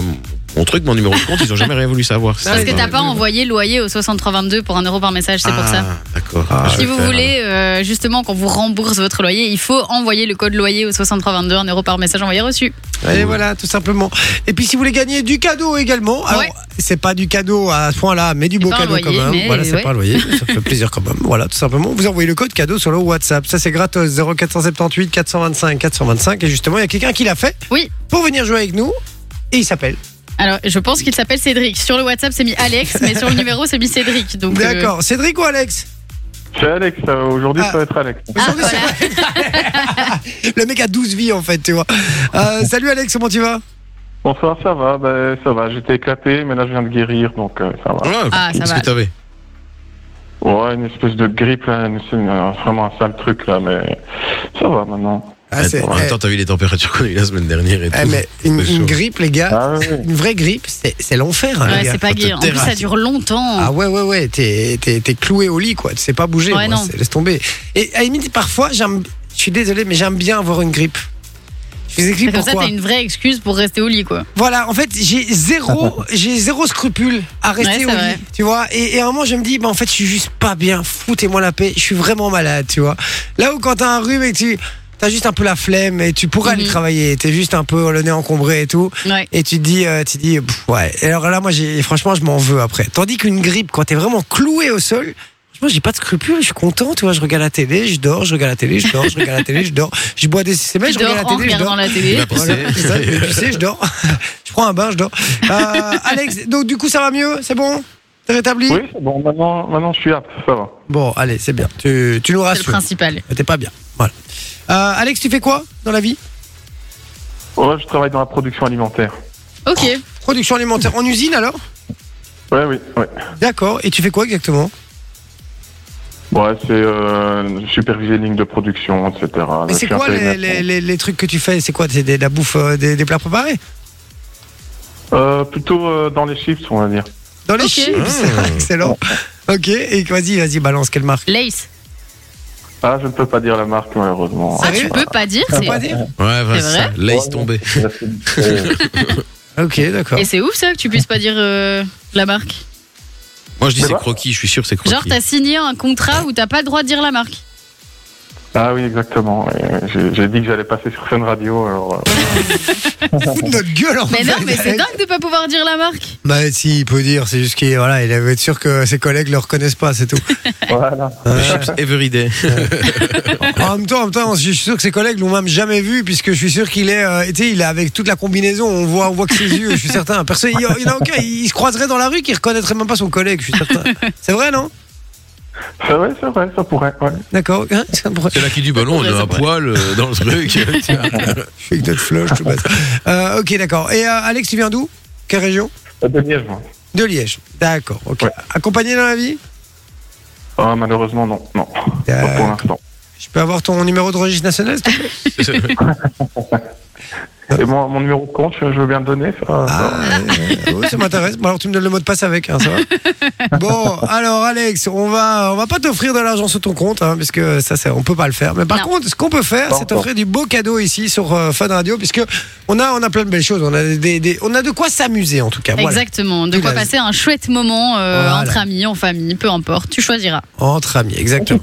[SPEAKER 7] mon truc, mon numéro de compte. Ils ont jamais rien voulu savoir.
[SPEAKER 6] Parce que
[SPEAKER 7] C'est-
[SPEAKER 6] t'as pas envoyé loyer au 6322 pour un euro par message, c'est pour
[SPEAKER 7] Ah,
[SPEAKER 6] ça.
[SPEAKER 7] D'accord.
[SPEAKER 5] Ah,
[SPEAKER 7] Je
[SPEAKER 6] Si
[SPEAKER 7] vais
[SPEAKER 6] vous
[SPEAKER 7] faire, hein.
[SPEAKER 6] voulez euh, justement qu'on vous rembourse votre loyer, il faut envoyer le code loyer au 6322, un euro par message envoyé reçu.
[SPEAKER 5] Et voilà, tout simplement. Et puis si vous voulez gagner du cadeau également, alors
[SPEAKER 6] Ouais.
[SPEAKER 5] c'est pas du cadeau à ce point-là, mais du beau
[SPEAKER 6] pas un
[SPEAKER 5] cadeau
[SPEAKER 6] loyer,
[SPEAKER 5] quand même.
[SPEAKER 6] mais
[SPEAKER 5] voilà, c'est
[SPEAKER 6] ouais.
[SPEAKER 5] pas un loyer, ça fait plaisir quand même. Voilà, tout simplement. Vous envoyez le code cadeau sur le WhatsApp. Ça c'est gratos 0478 425 425 et justement, il y a quelqu'un qui l'a fait
[SPEAKER 6] Oui.
[SPEAKER 5] pour venir jouer avec nous et il s'appelle.
[SPEAKER 6] Alors, je pense qu'il s'appelle Cédric. Sur le WhatsApp, c'est mis Alex, mais sur le numéro, c'est mis Cédric. Donc, euh,
[SPEAKER 5] D'accord, Cédric ou Alex
[SPEAKER 12] C'est Alex, euh, aujourd'hui
[SPEAKER 5] Ah.
[SPEAKER 12] ça va être Alex.
[SPEAKER 6] Ah,
[SPEAKER 5] Aujourd'hui,
[SPEAKER 6] voilà.
[SPEAKER 5] c'est- Le mec a 12 vies en fait, tu vois.
[SPEAKER 7] Ah.
[SPEAKER 5] Euh, salut Alex, comment tu vas
[SPEAKER 12] Bonsoir, ça va, ben, ça va, j'étais éclaté, mais là je viens de guérir, donc euh, ça va.
[SPEAKER 7] Ouais,
[SPEAKER 6] Ah, ça
[SPEAKER 7] Qu'est-ce
[SPEAKER 6] va.
[SPEAKER 7] que t'avais
[SPEAKER 12] Ouais, une espèce de grippe, là, une- c'est une- euh, vraiment un sale truc, là, mais ça va maintenant.
[SPEAKER 5] Ah, c'est-
[SPEAKER 7] En même temps, t'as vu les températures qu'on a eues la semaine dernière et
[SPEAKER 5] eh, eh,
[SPEAKER 7] tout.
[SPEAKER 5] mais une,
[SPEAKER 7] C'est
[SPEAKER 5] une
[SPEAKER 7] chaud.
[SPEAKER 5] grippe, les gars,
[SPEAKER 12] Ah oui.
[SPEAKER 5] une vraie grippe, c'est c'est l'enfer. hein, les
[SPEAKER 6] ouais,
[SPEAKER 5] gars.
[SPEAKER 6] c'est pas
[SPEAKER 7] faut te
[SPEAKER 6] gay. En plus, ça
[SPEAKER 7] terrasser.
[SPEAKER 6] dure longtemps.
[SPEAKER 5] Ah ouais, ouais, ouais, t'es, t'es, t'es cloué au lit, quoi. Tu sais pas bouger,
[SPEAKER 6] Ouais,
[SPEAKER 5] moi,
[SPEAKER 6] non.
[SPEAKER 5] c'est- laisse tomber. Et à la limite, parfois, j'aime, je suis désolé, mais j'aime bien avoir une grippe. Je vous explique
[SPEAKER 6] Comme ça,
[SPEAKER 5] pourquoi.
[SPEAKER 6] t'as une vraie excuse pour rester au lit, quoi.
[SPEAKER 5] Voilà, en fait, j'ai zéro, j'ai zéro scrupule à
[SPEAKER 6] Ouais,
[SPEAKER 5] rester
[SPEAKER 6] c'est
[SPEAKER 5] au lit,
[SPEAKER 6] vrai.
[SPEAKER 5] tu vois. Et, et à un moment, je me dis, bah, en fait, je suis juste pas bien, foutez-moi la paix, je suis vraiment malade, tu vois. Là où quand t'as un rhume et que tu... T'as juste un peu la flemme et tu pourras aller
[SPEAKER 6] Mhm.
[SPEAKER 5] travailler. T'es juste un peu le nez encombré et tout.
[SPEAKER 6] Ouais.
[SPEAKER 5] Et tu te dis, euh, tu te dis, pff, ouais. Et alors là, moi, j'ai, franchement, je m'en veux après. Tandis qu'une grippe, quand t'es vraiment cloué au sol, franchement, j'ai pas de scrupules, je suis content, tu vois. Je regarde la télé, je dors, je regarde la télé, je dors, je regarde la télé, je dors. Je bois des
[SPEAKER 6] Tu
[SPEAKER 5] SMS, je
[SPEAKER 6] dors
[SPEAKER 5] regarde
[SPEAKER 6] en
[SPEAKER 5] la télé, je
[SPEAKER 6] regardant
[SPEAKER 5] dors. bah,
[SPEAKER 6] la
[SPEAKER 7] Il
[SPEAKER 6] télé.
[SPEAKER 7] va
[SPEAKER 5] Voilà,
[SPEAKER 7] pisser.
[SPEAKER 5] c'est ça. Mais tu sais, je dors. je prends un bain, je dors. Euh, Alex, donc du coup, ça va mieux C'est bon T'es rétabli
[SPEAKER 12] Oui, c'est bon, maintenant, maintenant je suis apte, ça va.
[SPEAKER 5] Bon, allez, c'est bien. Tu, tu nous
[SPEAKER 6] C'est le
[SPEAKER 5] rassures.
[SPEAKER 6] principal.
[SPEAKER 5] T'es pas bien. Voilà. Euh, Alex, tu fais quoi dans la vie
[SPEAKER 12] Ouais, je travaille dans la production alimentaire.
[SPEAKER 6] Ok.
[SPEAKER 5] Production alimentaire en usine alors
[SPEAKER 12] Ouais, oui, ouais.
[SPEAKER 5] D'accord. Et tu fais quoi exactement
[SPEAKER 12] Ouais, c'est euh, superviser les lignes de production, etc.
[SPEAKER 5] Mais
[SPEAKER 12] Ah, Je
[SPEAKER 5] c'est
[SPEAKER 12] suis un
[SPEAKER 5] quoi les,
[SPEAKER 12] périmètre-
[SPEAKER 5] les- les- les trucs que tu fais C'est quoi C'est des- la bouffe, euh, des, des plats préparés
[SPEAKER 12] Euh, Plutôt euh, dans les chips, on va dire.
[SPEAKER 5] Dans les
[SPEAKER 12] Ok.
[SPEAKER 5] chips
[SPEAKER 12] Mmh.
[SPEAKER 5] Excellent. Ok. Et vas-y, vas-y, balance quelle marque
[SPEAKER 6] Lace.
[SPEAKER 12] Ah, je ne peux pas dire la marque,
[SPEAKER 5] Oh,
[SPEAKER 12] malheureusement.
[SPEAKER 6] Ah, tu peux pas dire
[SPEAKER 5] Tu peux
[SPEAKER 6] c'est-
[SPEAKER 5] pas dire
[SPEAKER 7] Ouais,
[SPEAKER 6] C'est vrai
[SPEAKER 7] laisse tomber.
[SPEAKER 5] Ok, d'accord.
[SPEAKER 6] Et c'est ouf ça que tu puisses pas dire euh, la marque.
[SPEAKER 7] Moi, je dis c'est croquis, je suis sûr que c'est croquis.
[SPEAKER 6] Genre t'as signé un contrat où t'as pas le droit de dire la marque.
[SPEAKER 12] Ah oui, exactement. ouais, ouais. J'ai j'ai dit que j'allais passer sur Fun Radio, alors... euh,
[SPEAKER 5] notre gueule en
[SPEAKER 6] Mais non,
[SPEAKER 5] fait,
[SPEAKER 6] mais c'est
[SPEAKER 5] Alex.
[SPEAKER 6] dingue de pas pouvoir dire la marque.
[SPEAKER 5] Bah si, il peut dire, c'est juste qu'il voilà, il avait être sûr que ses collègues le reconnaissent pas, c'est tout.
[SPEAKER 12] voilà.
[SPEAKER 7] Les chips everyday.
[SPEAKER 5] en même temps, en même temps, je suis sûr que ses collègues l'ont même jamais vu, puisque je suis sûr qu'il est, euh, tu sais, il est avec toute la combinaison, on voit, on voit que ses yeux, je suis certain. Personne, il y, en- il y en a aucun, il se croiserait dans la rue, qu'il reconnaîtrait même pas son collègue, je suis certain. C'est vrai, non
[SPEAKER 12] C'est vrai, c'est vrai, ça pourrait. Ouais.
[SPEAKER 5] D'accord. hein, ça me pourrait-
[SPEAKER 7] C'est là qui dit, bah non, on a un poil euh, dans le truc.
[SPEAKER 5] Je fais que d'autres flush, tout bête. Euh, ok, d'accord. Et euh, Alex, tu viens d'où Quelle région
[SPEAKER 12] De Liège, moi.
[SPEAKER 5] De Liège. D'accord. Ok. Accompagné dans la vie
[SPEAKER 12] Ah, malheureusement, non. Non. Pas pour l'instant.
[SPEAKER 5] Je peux avoir ton numéro de registre national s'il te plaît
[SPEAKER 12] Et moi, mon numéro de compte, je je veux bien le donner. ça va, ça va.
[SPEAKER 5] Ah ouais, ça m'intéresse. Bon, alors tu me donnes le mot de passe avec, hein, ça va Bon, alors Alex, on va, on va pas t'offrir de l'argent sur ton compte, hein, puisque ça, c'est- on peut pas le faire. Mais par contre, ce qu'on peut faire,
[SPEAKER 12] Pas
[SPEAKER 5] c'est
[SPEAKER 12] encore.
[SPEAKER 5] t'offrir du beau cadeau ici sur euh, Fun Radio, puisque on a, on a plein de belles choses. On a des, des- on a de quoi s'amuser en tout cas. Voilà.
[SPEAKER 6] Exactement. De
[SPEAKER 5] Tu
[SPEAKER 6] quoi
[SPEAKER 5] l'as-
[SPEAKER 6] passer un chouette moment euh,
[SPEAKER 5] Voilà.
[SPEAKER 6] entre amis, en famille, peu importe. Tu choisiras.
[SPEAKER 5] Entre amis, exactement.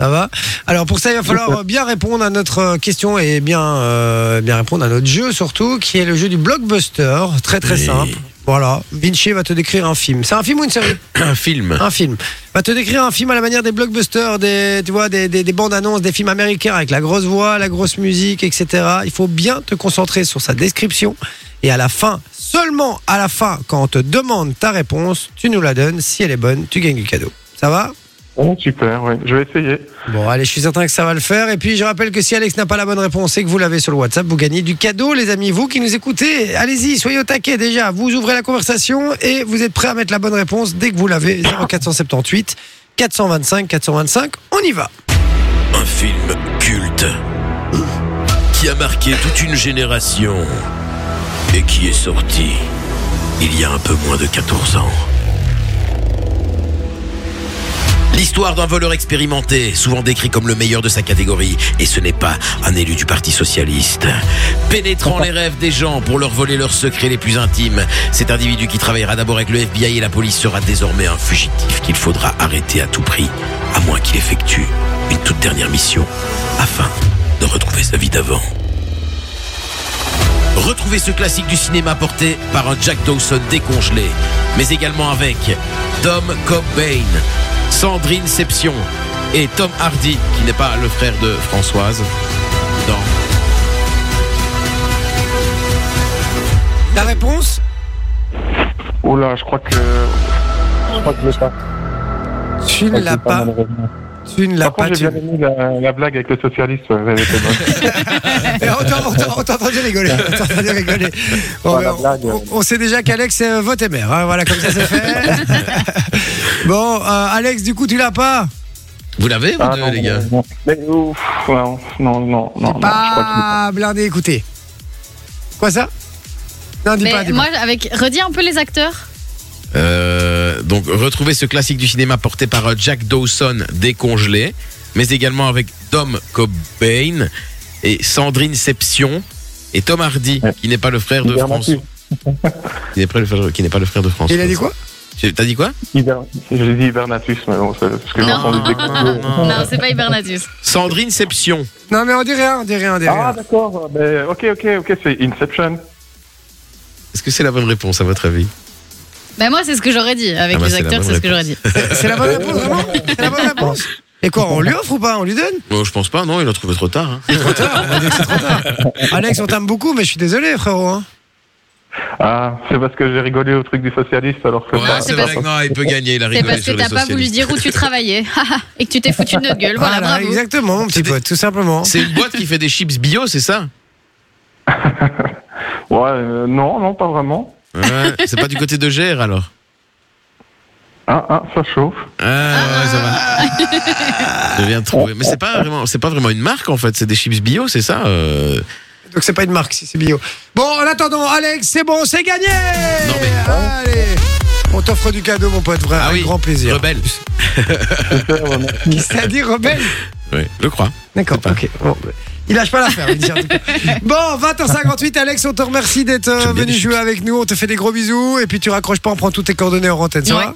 [SPEAKER 5] Ça va Alors pour ça, il va falloir euh, bien répondre à notre euh, question et bien, euh, bien répondre à notre jeu surtout, qui est le jeu du blockbuster. Très très
[SPEAKER 7] Oui.
[SPEAKER 5] simple. Voilà, Vinci va te décrire un film. C'est un film ou une série
[SPEAKER 7] Un film.
[SPEAKER 5] Un film. Va te décrire un film à la manière des blockbusters, des, tu vois, des, des- des bandes annonces, des films américains avec la grosse voix, la grosse musique, etc. Il faut bien te concentrer sur sa description. Et à la fin, seulement à la fin, quand on te demande ta réponse, tu nous la donnes. Si elle est bonne, tu gagnes du cadeau. Ça va
[SPEAKER 12] Oh, super, oui. Je vais essayer.
[SPEAKER 5] Bon, allez, je suis certain que ça va le faire. Et puis, je rappelle que si Alex n'a pas la bonne réponse et que vous l'avez sur le WhatsApp, vous gagnez du cadeau, les amis. Vous qui nous écoutez, allez-y, soyez au taquet déjà. Vous ouvrez la conversation et vous êtes prêt à mettre la bonne réponse dès que vous l'avez. 0478 425 425. On y va.
[SPEAKER 2] Un film culte qui a marqué toute une génération et qui est sorti il y a un peu moins de 14 ans.
[SPEAKER 7] L'histoire d'un voleur expérimenté, souvent décrit comme le meilleur de sa catégorie, et ce n'est pas un élu du Parti Socialiste. Pénétrant les rêves des gens pour leur voler leurs secrets les plus intimes, cet individu qui travaillera d'abord avec le FBI et la police sera désormais un fugitif qu'il faudra arrêter à tout prix, à moins qu'il effectue une toute dernière mission, afin de retrouver sa vie d'avant. Retrouvez ce classique du cinéma porté par un Jack Dawson décongelé, mais également avec Tom Cobain, Sandrine Seption et Tom Hardy, qui n'est pas le frère de Françoise, dans
[SPEAKER 5] La réponse
[SPEAKER 12] Oh là, je crois que. Je crois que je l'ai pas.
[SPEAKER 5] Tu ne l'as pas.
[SPEAKER 12] malheureusement.
[SPEAKER 5] Tu ne l'as
[SPEAKER 12] euh, Par
[SPEAKER 5] pas.
[SPEAKER 12] contre,
[SPEAKER 5] tu-
[SPEAKER 12] j'ai bien aimé la, la blague avec le socialiste. ouais, elle était bonne.
[SPEAKER 5] Eh, On t'a- on t'a- on t'a entendu rigoler. On t'a entendu rigoler. Bon,
[SPEAKER 12] Voilà,
[SPEAKER 5] ben,
[SPEAKER 12] blague.
[SPEAKER 5] on, on sait déjà qu'Alex euh, vote et mère. hein. Voilà, comme ça, c'est fait. bon, euh, Alex, du coup, tu l'as pas
[SPEAKER 7] Vous l'avez, vous
[SPEAKER 12] Ah,
[SPEAKER 7] deux,
[SPEAKER 12] non,
[SPEAKER 7] les gars
[SPEAKER 12] malheureusement. Mais ouf, non, non, non, non, non, je crois que je l'ai pas.
[SPEAKER 5] Ah, blindé, écoutez. Quoi ça Non, dis
[SPEAKER 6] Mais
[SPEAKER 5] pas, dis
[SPEAKER 6] moi,
[SPEAKER 5] pas.
[SPEAKER 6] avec redis un peu les acteurs.
[SPEAKER 7] Euh, donc retrouvez ce classique du cinéma porté par euh, Jack Dawson décongelé, mais également avec Tom Cobain et Sandrine Seption et Tom Hardy, qui n'est pas le frère de
[SPEAKER 12] Hubert
[SPEAKER 7] François.
[SPEAKER 12] Mathieu.
[SPEAKER 7] Qui n'est pas le frère, qui n'est pas le frère de François.
[SPEAKER 5] Il a dit quoi
[SPEAKER 7] J'ai- T'as dit quoi
[SPEAKER 12] Hiber- J'ai dit Hibernatus, mais bon, c'est parce que j'ai
[SPEAKER 6] Non.
[SPEAKER 12] entendu le déclic.
[SPEAKER 5] Oh.
[SPEAKER 6] Non, c'est pas Hibernatus.
[SPEAKER 7] Sandrine Seption.
[SPEAKER 5] Non, mais on dit rien, on dit rien, on dit
[SPEAKER 12] Ah,
[SPEAKER 5] rien.
[SPEAKER 12] d'accord, ben, ok, ok, ok, c'est Inception.
[SPEAKER 7] Est-ce que c'est la bonne réponse à votre avis
[SPEAKER 6] Bah, moi, c'est ce que j'aurais dit. Avec
[SPEAKER 7] Ah bah,
[SPEAKER 6] les
[SPEAKER 7] c'est la
[SPEAKER 6] acteurs,
[SPEAKER 7] bonne
[SPEAKER 6] c'est ce que j'aurais dit.
[SPEAKER 5] C'est la bonne réponse, vraiment C'est la bonne réponse Et quoi, on lui offre ou pas On lui donne
[SPEAKER 7] Non, Euh, je pense pas. Non, il a trouvé trop tard. hein.
[SPEAKER 5] Alex, on t'aime beaucoup, mais je suis désolé, frérot. hein.
[SPEAKER 12] Ah, c'est parce que j'ai rigolé au truc du socialiste alors que.
[SPEAKER 7] Ouais,
[SPEAKER 12] ça-
[SPEAKER 7] c'est vrai que non, il peut gagner. Il a
[SPEAKER 6] C'est
[SPEAKER 7] rigolé
[SPEAKER 6] parce que
[SPEAKER 7] sur les
[SPEAKER 6] t'as pas voulu
[SPEAKER 7] socialistes.
[SPEAKER 6] dire où tu travaillais Ah, et que tu t'es foutu de
[SPEAKER 5] Ah
[SPEAKER 6] notre gueule. Voilà, bravo.
[SPEAKER 5] exactement, mon petit pote, tout simplement.
[SPEAKER 7] C'est une boîte qui fait des chips bio, c'est ça
[SPEAKER 12] Ouais, euh, non, non, pas vraiment.
[SPEAKER 7] Ouais, c'est pas du côté de GR alors
[SPEAKER 12] Ah, ah, ça chauffe.
[SPEAKER 7] Ah, ouais, ça va. Je viens de trouver. Mais c'est pas vraiment, c'est pas vraiment une marque en fait. C'est des chips bio, c'est ça. euh.
[SPEAKER 5] Donc c'est pas une marque si c'est bio. Bon, en attendant, Alex, c'est bon, c'est gagné Allez On t'offre du cadeau, mon pote, vrai,
[SPEAKER 12] Ah
[SPEAKER 7] Ah
[SPEAKER 5] avec grand plaisir.
[SPEAKER 7] Rebelle.
[SPEAKER 12] Eh
[SPEAKER 5] Qu'est-ce que t'as dit, rebelle
[SPEAKER 7] Oui, je crois.
[SPEAKER 5] D'accord, ok. Bon, bah, il lâche pas l'affaire, il dit en tout cas. Bon, 20h58, Alex, on te remercie d'être euh, venu jouer avec nous. On te fait des gros bisous. Et puis tu raccroches pas, on prend toutes tes coordonnées en antenne, ça va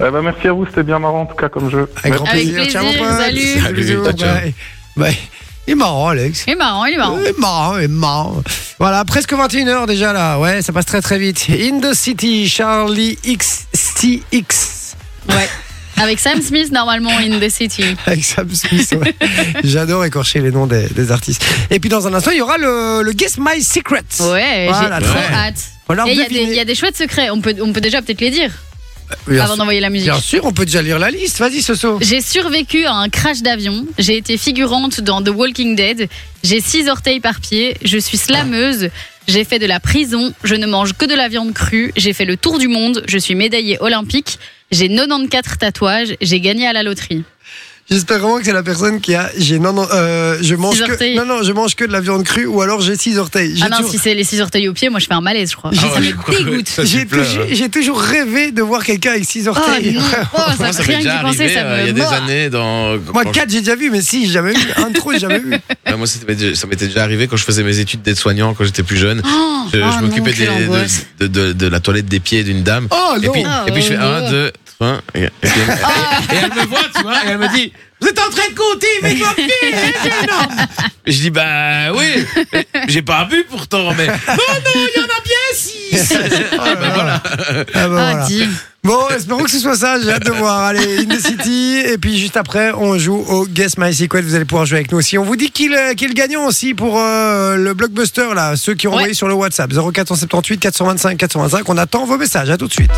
[SPEAKER 12] Eh ben, merci à vous, c'était bien marrant en tout cas comme jeu.
[SPEAKER 5] Avec grand plaisir. Ciao, mon pote.
[SPEAKER 6] salut.
[SPEAKER 5] Bisous,
[SPEAKER 12] Salut, ciao.
[SPEAKER 5] bye. Bye. Il est marrant, Alex.
[SPEAKER 6] Il est marrant, il est marrant.
[SPEAKER 5] Il est marrant, il est marrant. Voilà, presque 21h déjà là. Ouais, ça passe très très vite. In the City, Charlie XTX.
[SPEAKER 6] Ouais. Avec Sam Smith, normalement, in the city.
[SPEAKER 5] Avec Sam Smith, ouais. J'adore écorcher les noms des, des artistes. Et puis dans un instant, il y aura le, le Guess My Secret.
[SPEAKER 6] Ouais,
[SPEAKER 5] Voilà,
[SPEAKER 6] j'ai trop
[SPEAKER 5] ouais.
[SPEAKER 6] hâte.
[SPEAKER 5] Voilà,
[SPEAKER 6] Et il y, a
[SPEAKER 5] devinez.
[SPEAKER 6] des- il y a des chouettes secrets. On peut, on peut déjà peut-être les dire
[SPEAKER 5] Bien
[SPEAKER 6] avant
[SPEAKER 5] sûr-
[SPEAKER 6] d'envoyer la musique.
[SPEAKER 5] Bien sûr, on peut déjà lire la liste. Vas-y, Soso.
[SPEAKER 6] J'ai survécu à un crash d'avion. J'ai été figurante dans The Walking Dead. J'ai six orteils par pied. Je suis slameuse. J'ai fait de la prison. Je ne mange que de la viande crue. J'ai fait le tour du monde. Je suis médaillée olympique. J'ai 94 tatouages. J'ai gagné à la loterie.
[SPEAKER 5] J'espère vraiment que c'est la personne qui a. J'ai non non. euh, je mange
[SPEAKER 6] Six
[SPEAKER 5] que.
[SPEAKER 6] orteils.
[SPEAKER 5] Non non. Je mange que de la viande crue ou alors j'ai six orteils. J'ai
[SPEAKER 6] Ah non,
[SPEAKER 5] toujours-
[SPEAKER 6] si c'est les six orteils au pied, moi je fais un malaise, je crois.
[SPEAKER 7] Ah
[SPEAKER 5] J'ai-
[SPEAKER 6] ça me dégoûte.
[SPEAKER 7] Ça, tu
[SPEAKER 5] J'ai
[SPEAKER 7] pleures,
[SPEAKER 5] toujours,
[SPEAKER 7] hein.
[SPEAKER 5] j'ai toujours rêvé de voir quelqu'un avec six orteils.
[SPEAKER 6] non. Oh, ça
[SPEAKER 7] Moi, ça m'est
[SPEAKER 6] rien
[SPEAKER 7] déjà
[SPEAKER 6] que d'y penser,
[SPEAKER 7] arrivé
[SPEAKER 6] ça
[SPEAKER 7] euh, il y
[SPEAKER 6] me
[SPEAKER 7] a des
[SPEAKER 6] mord.
[SPEAKER 7] années dans. quand-
[SPEAKER 5] Moi,
[SPEAKER 7] quand-
[SPEAKER 5] quatre, j'ai déjà vu, mais si, j'ai jamais vu. Un trop, j'ai jamais vu.
[SPEAKER 7] Ouais, Ah, moi, ça m'était- ça m'était déjà arrivé quand je faisais mes études d'aide-soignant quand j'étais plus jeune.
[SPEAKER 5] Oh,
[SPEAKER 7] je je
[SPEAKER 5] ah
[SPEAKER 7] m'occupais
[SPEAKER 5] non, quelle
[SPEAKER 7] des-
[SPEAKER 5] angoisse.
[SPEAKER 7] de, de, de- de la toilette des pieds d'une dame.
[SPEAKER 5] Oh,
[SPEAKER 7] et
[SPEAKER 5] non.
[SPEAKER 7] puis, et puis je fais
[SPEAKER 5] Ah,
[SPEAKER 7] un,
[SPEAKER 5] non.
[SPEAKER 7] deux, trois. Et, et puis elle, et elle me voit, tu vois, et elle me dit. Vous êtes en train de compter mes copines
[SPEAKER 5] c'est énorme.
[SPEAKER 7] Je dis bah oui, mais j'ai pas bu pourtant, mais non non, il y en a bien six. Ah, bah, voilà.
[SPEAKER 5] Ah, bah, voilà. Bon, espérons que ce soit ça, j'ai hâte de voir. Allez, In the City, et puis juste après, on joue au Guess My Secret, vous allez pouvoir jouer avec nous aussi. On vous dit qui est qui est le gagnant aussi pour euh, le blockbuster, là, ceux qui ont envoyé sur le WhatsApp, 0478 425 425, on attend vos messages, à tout de suite.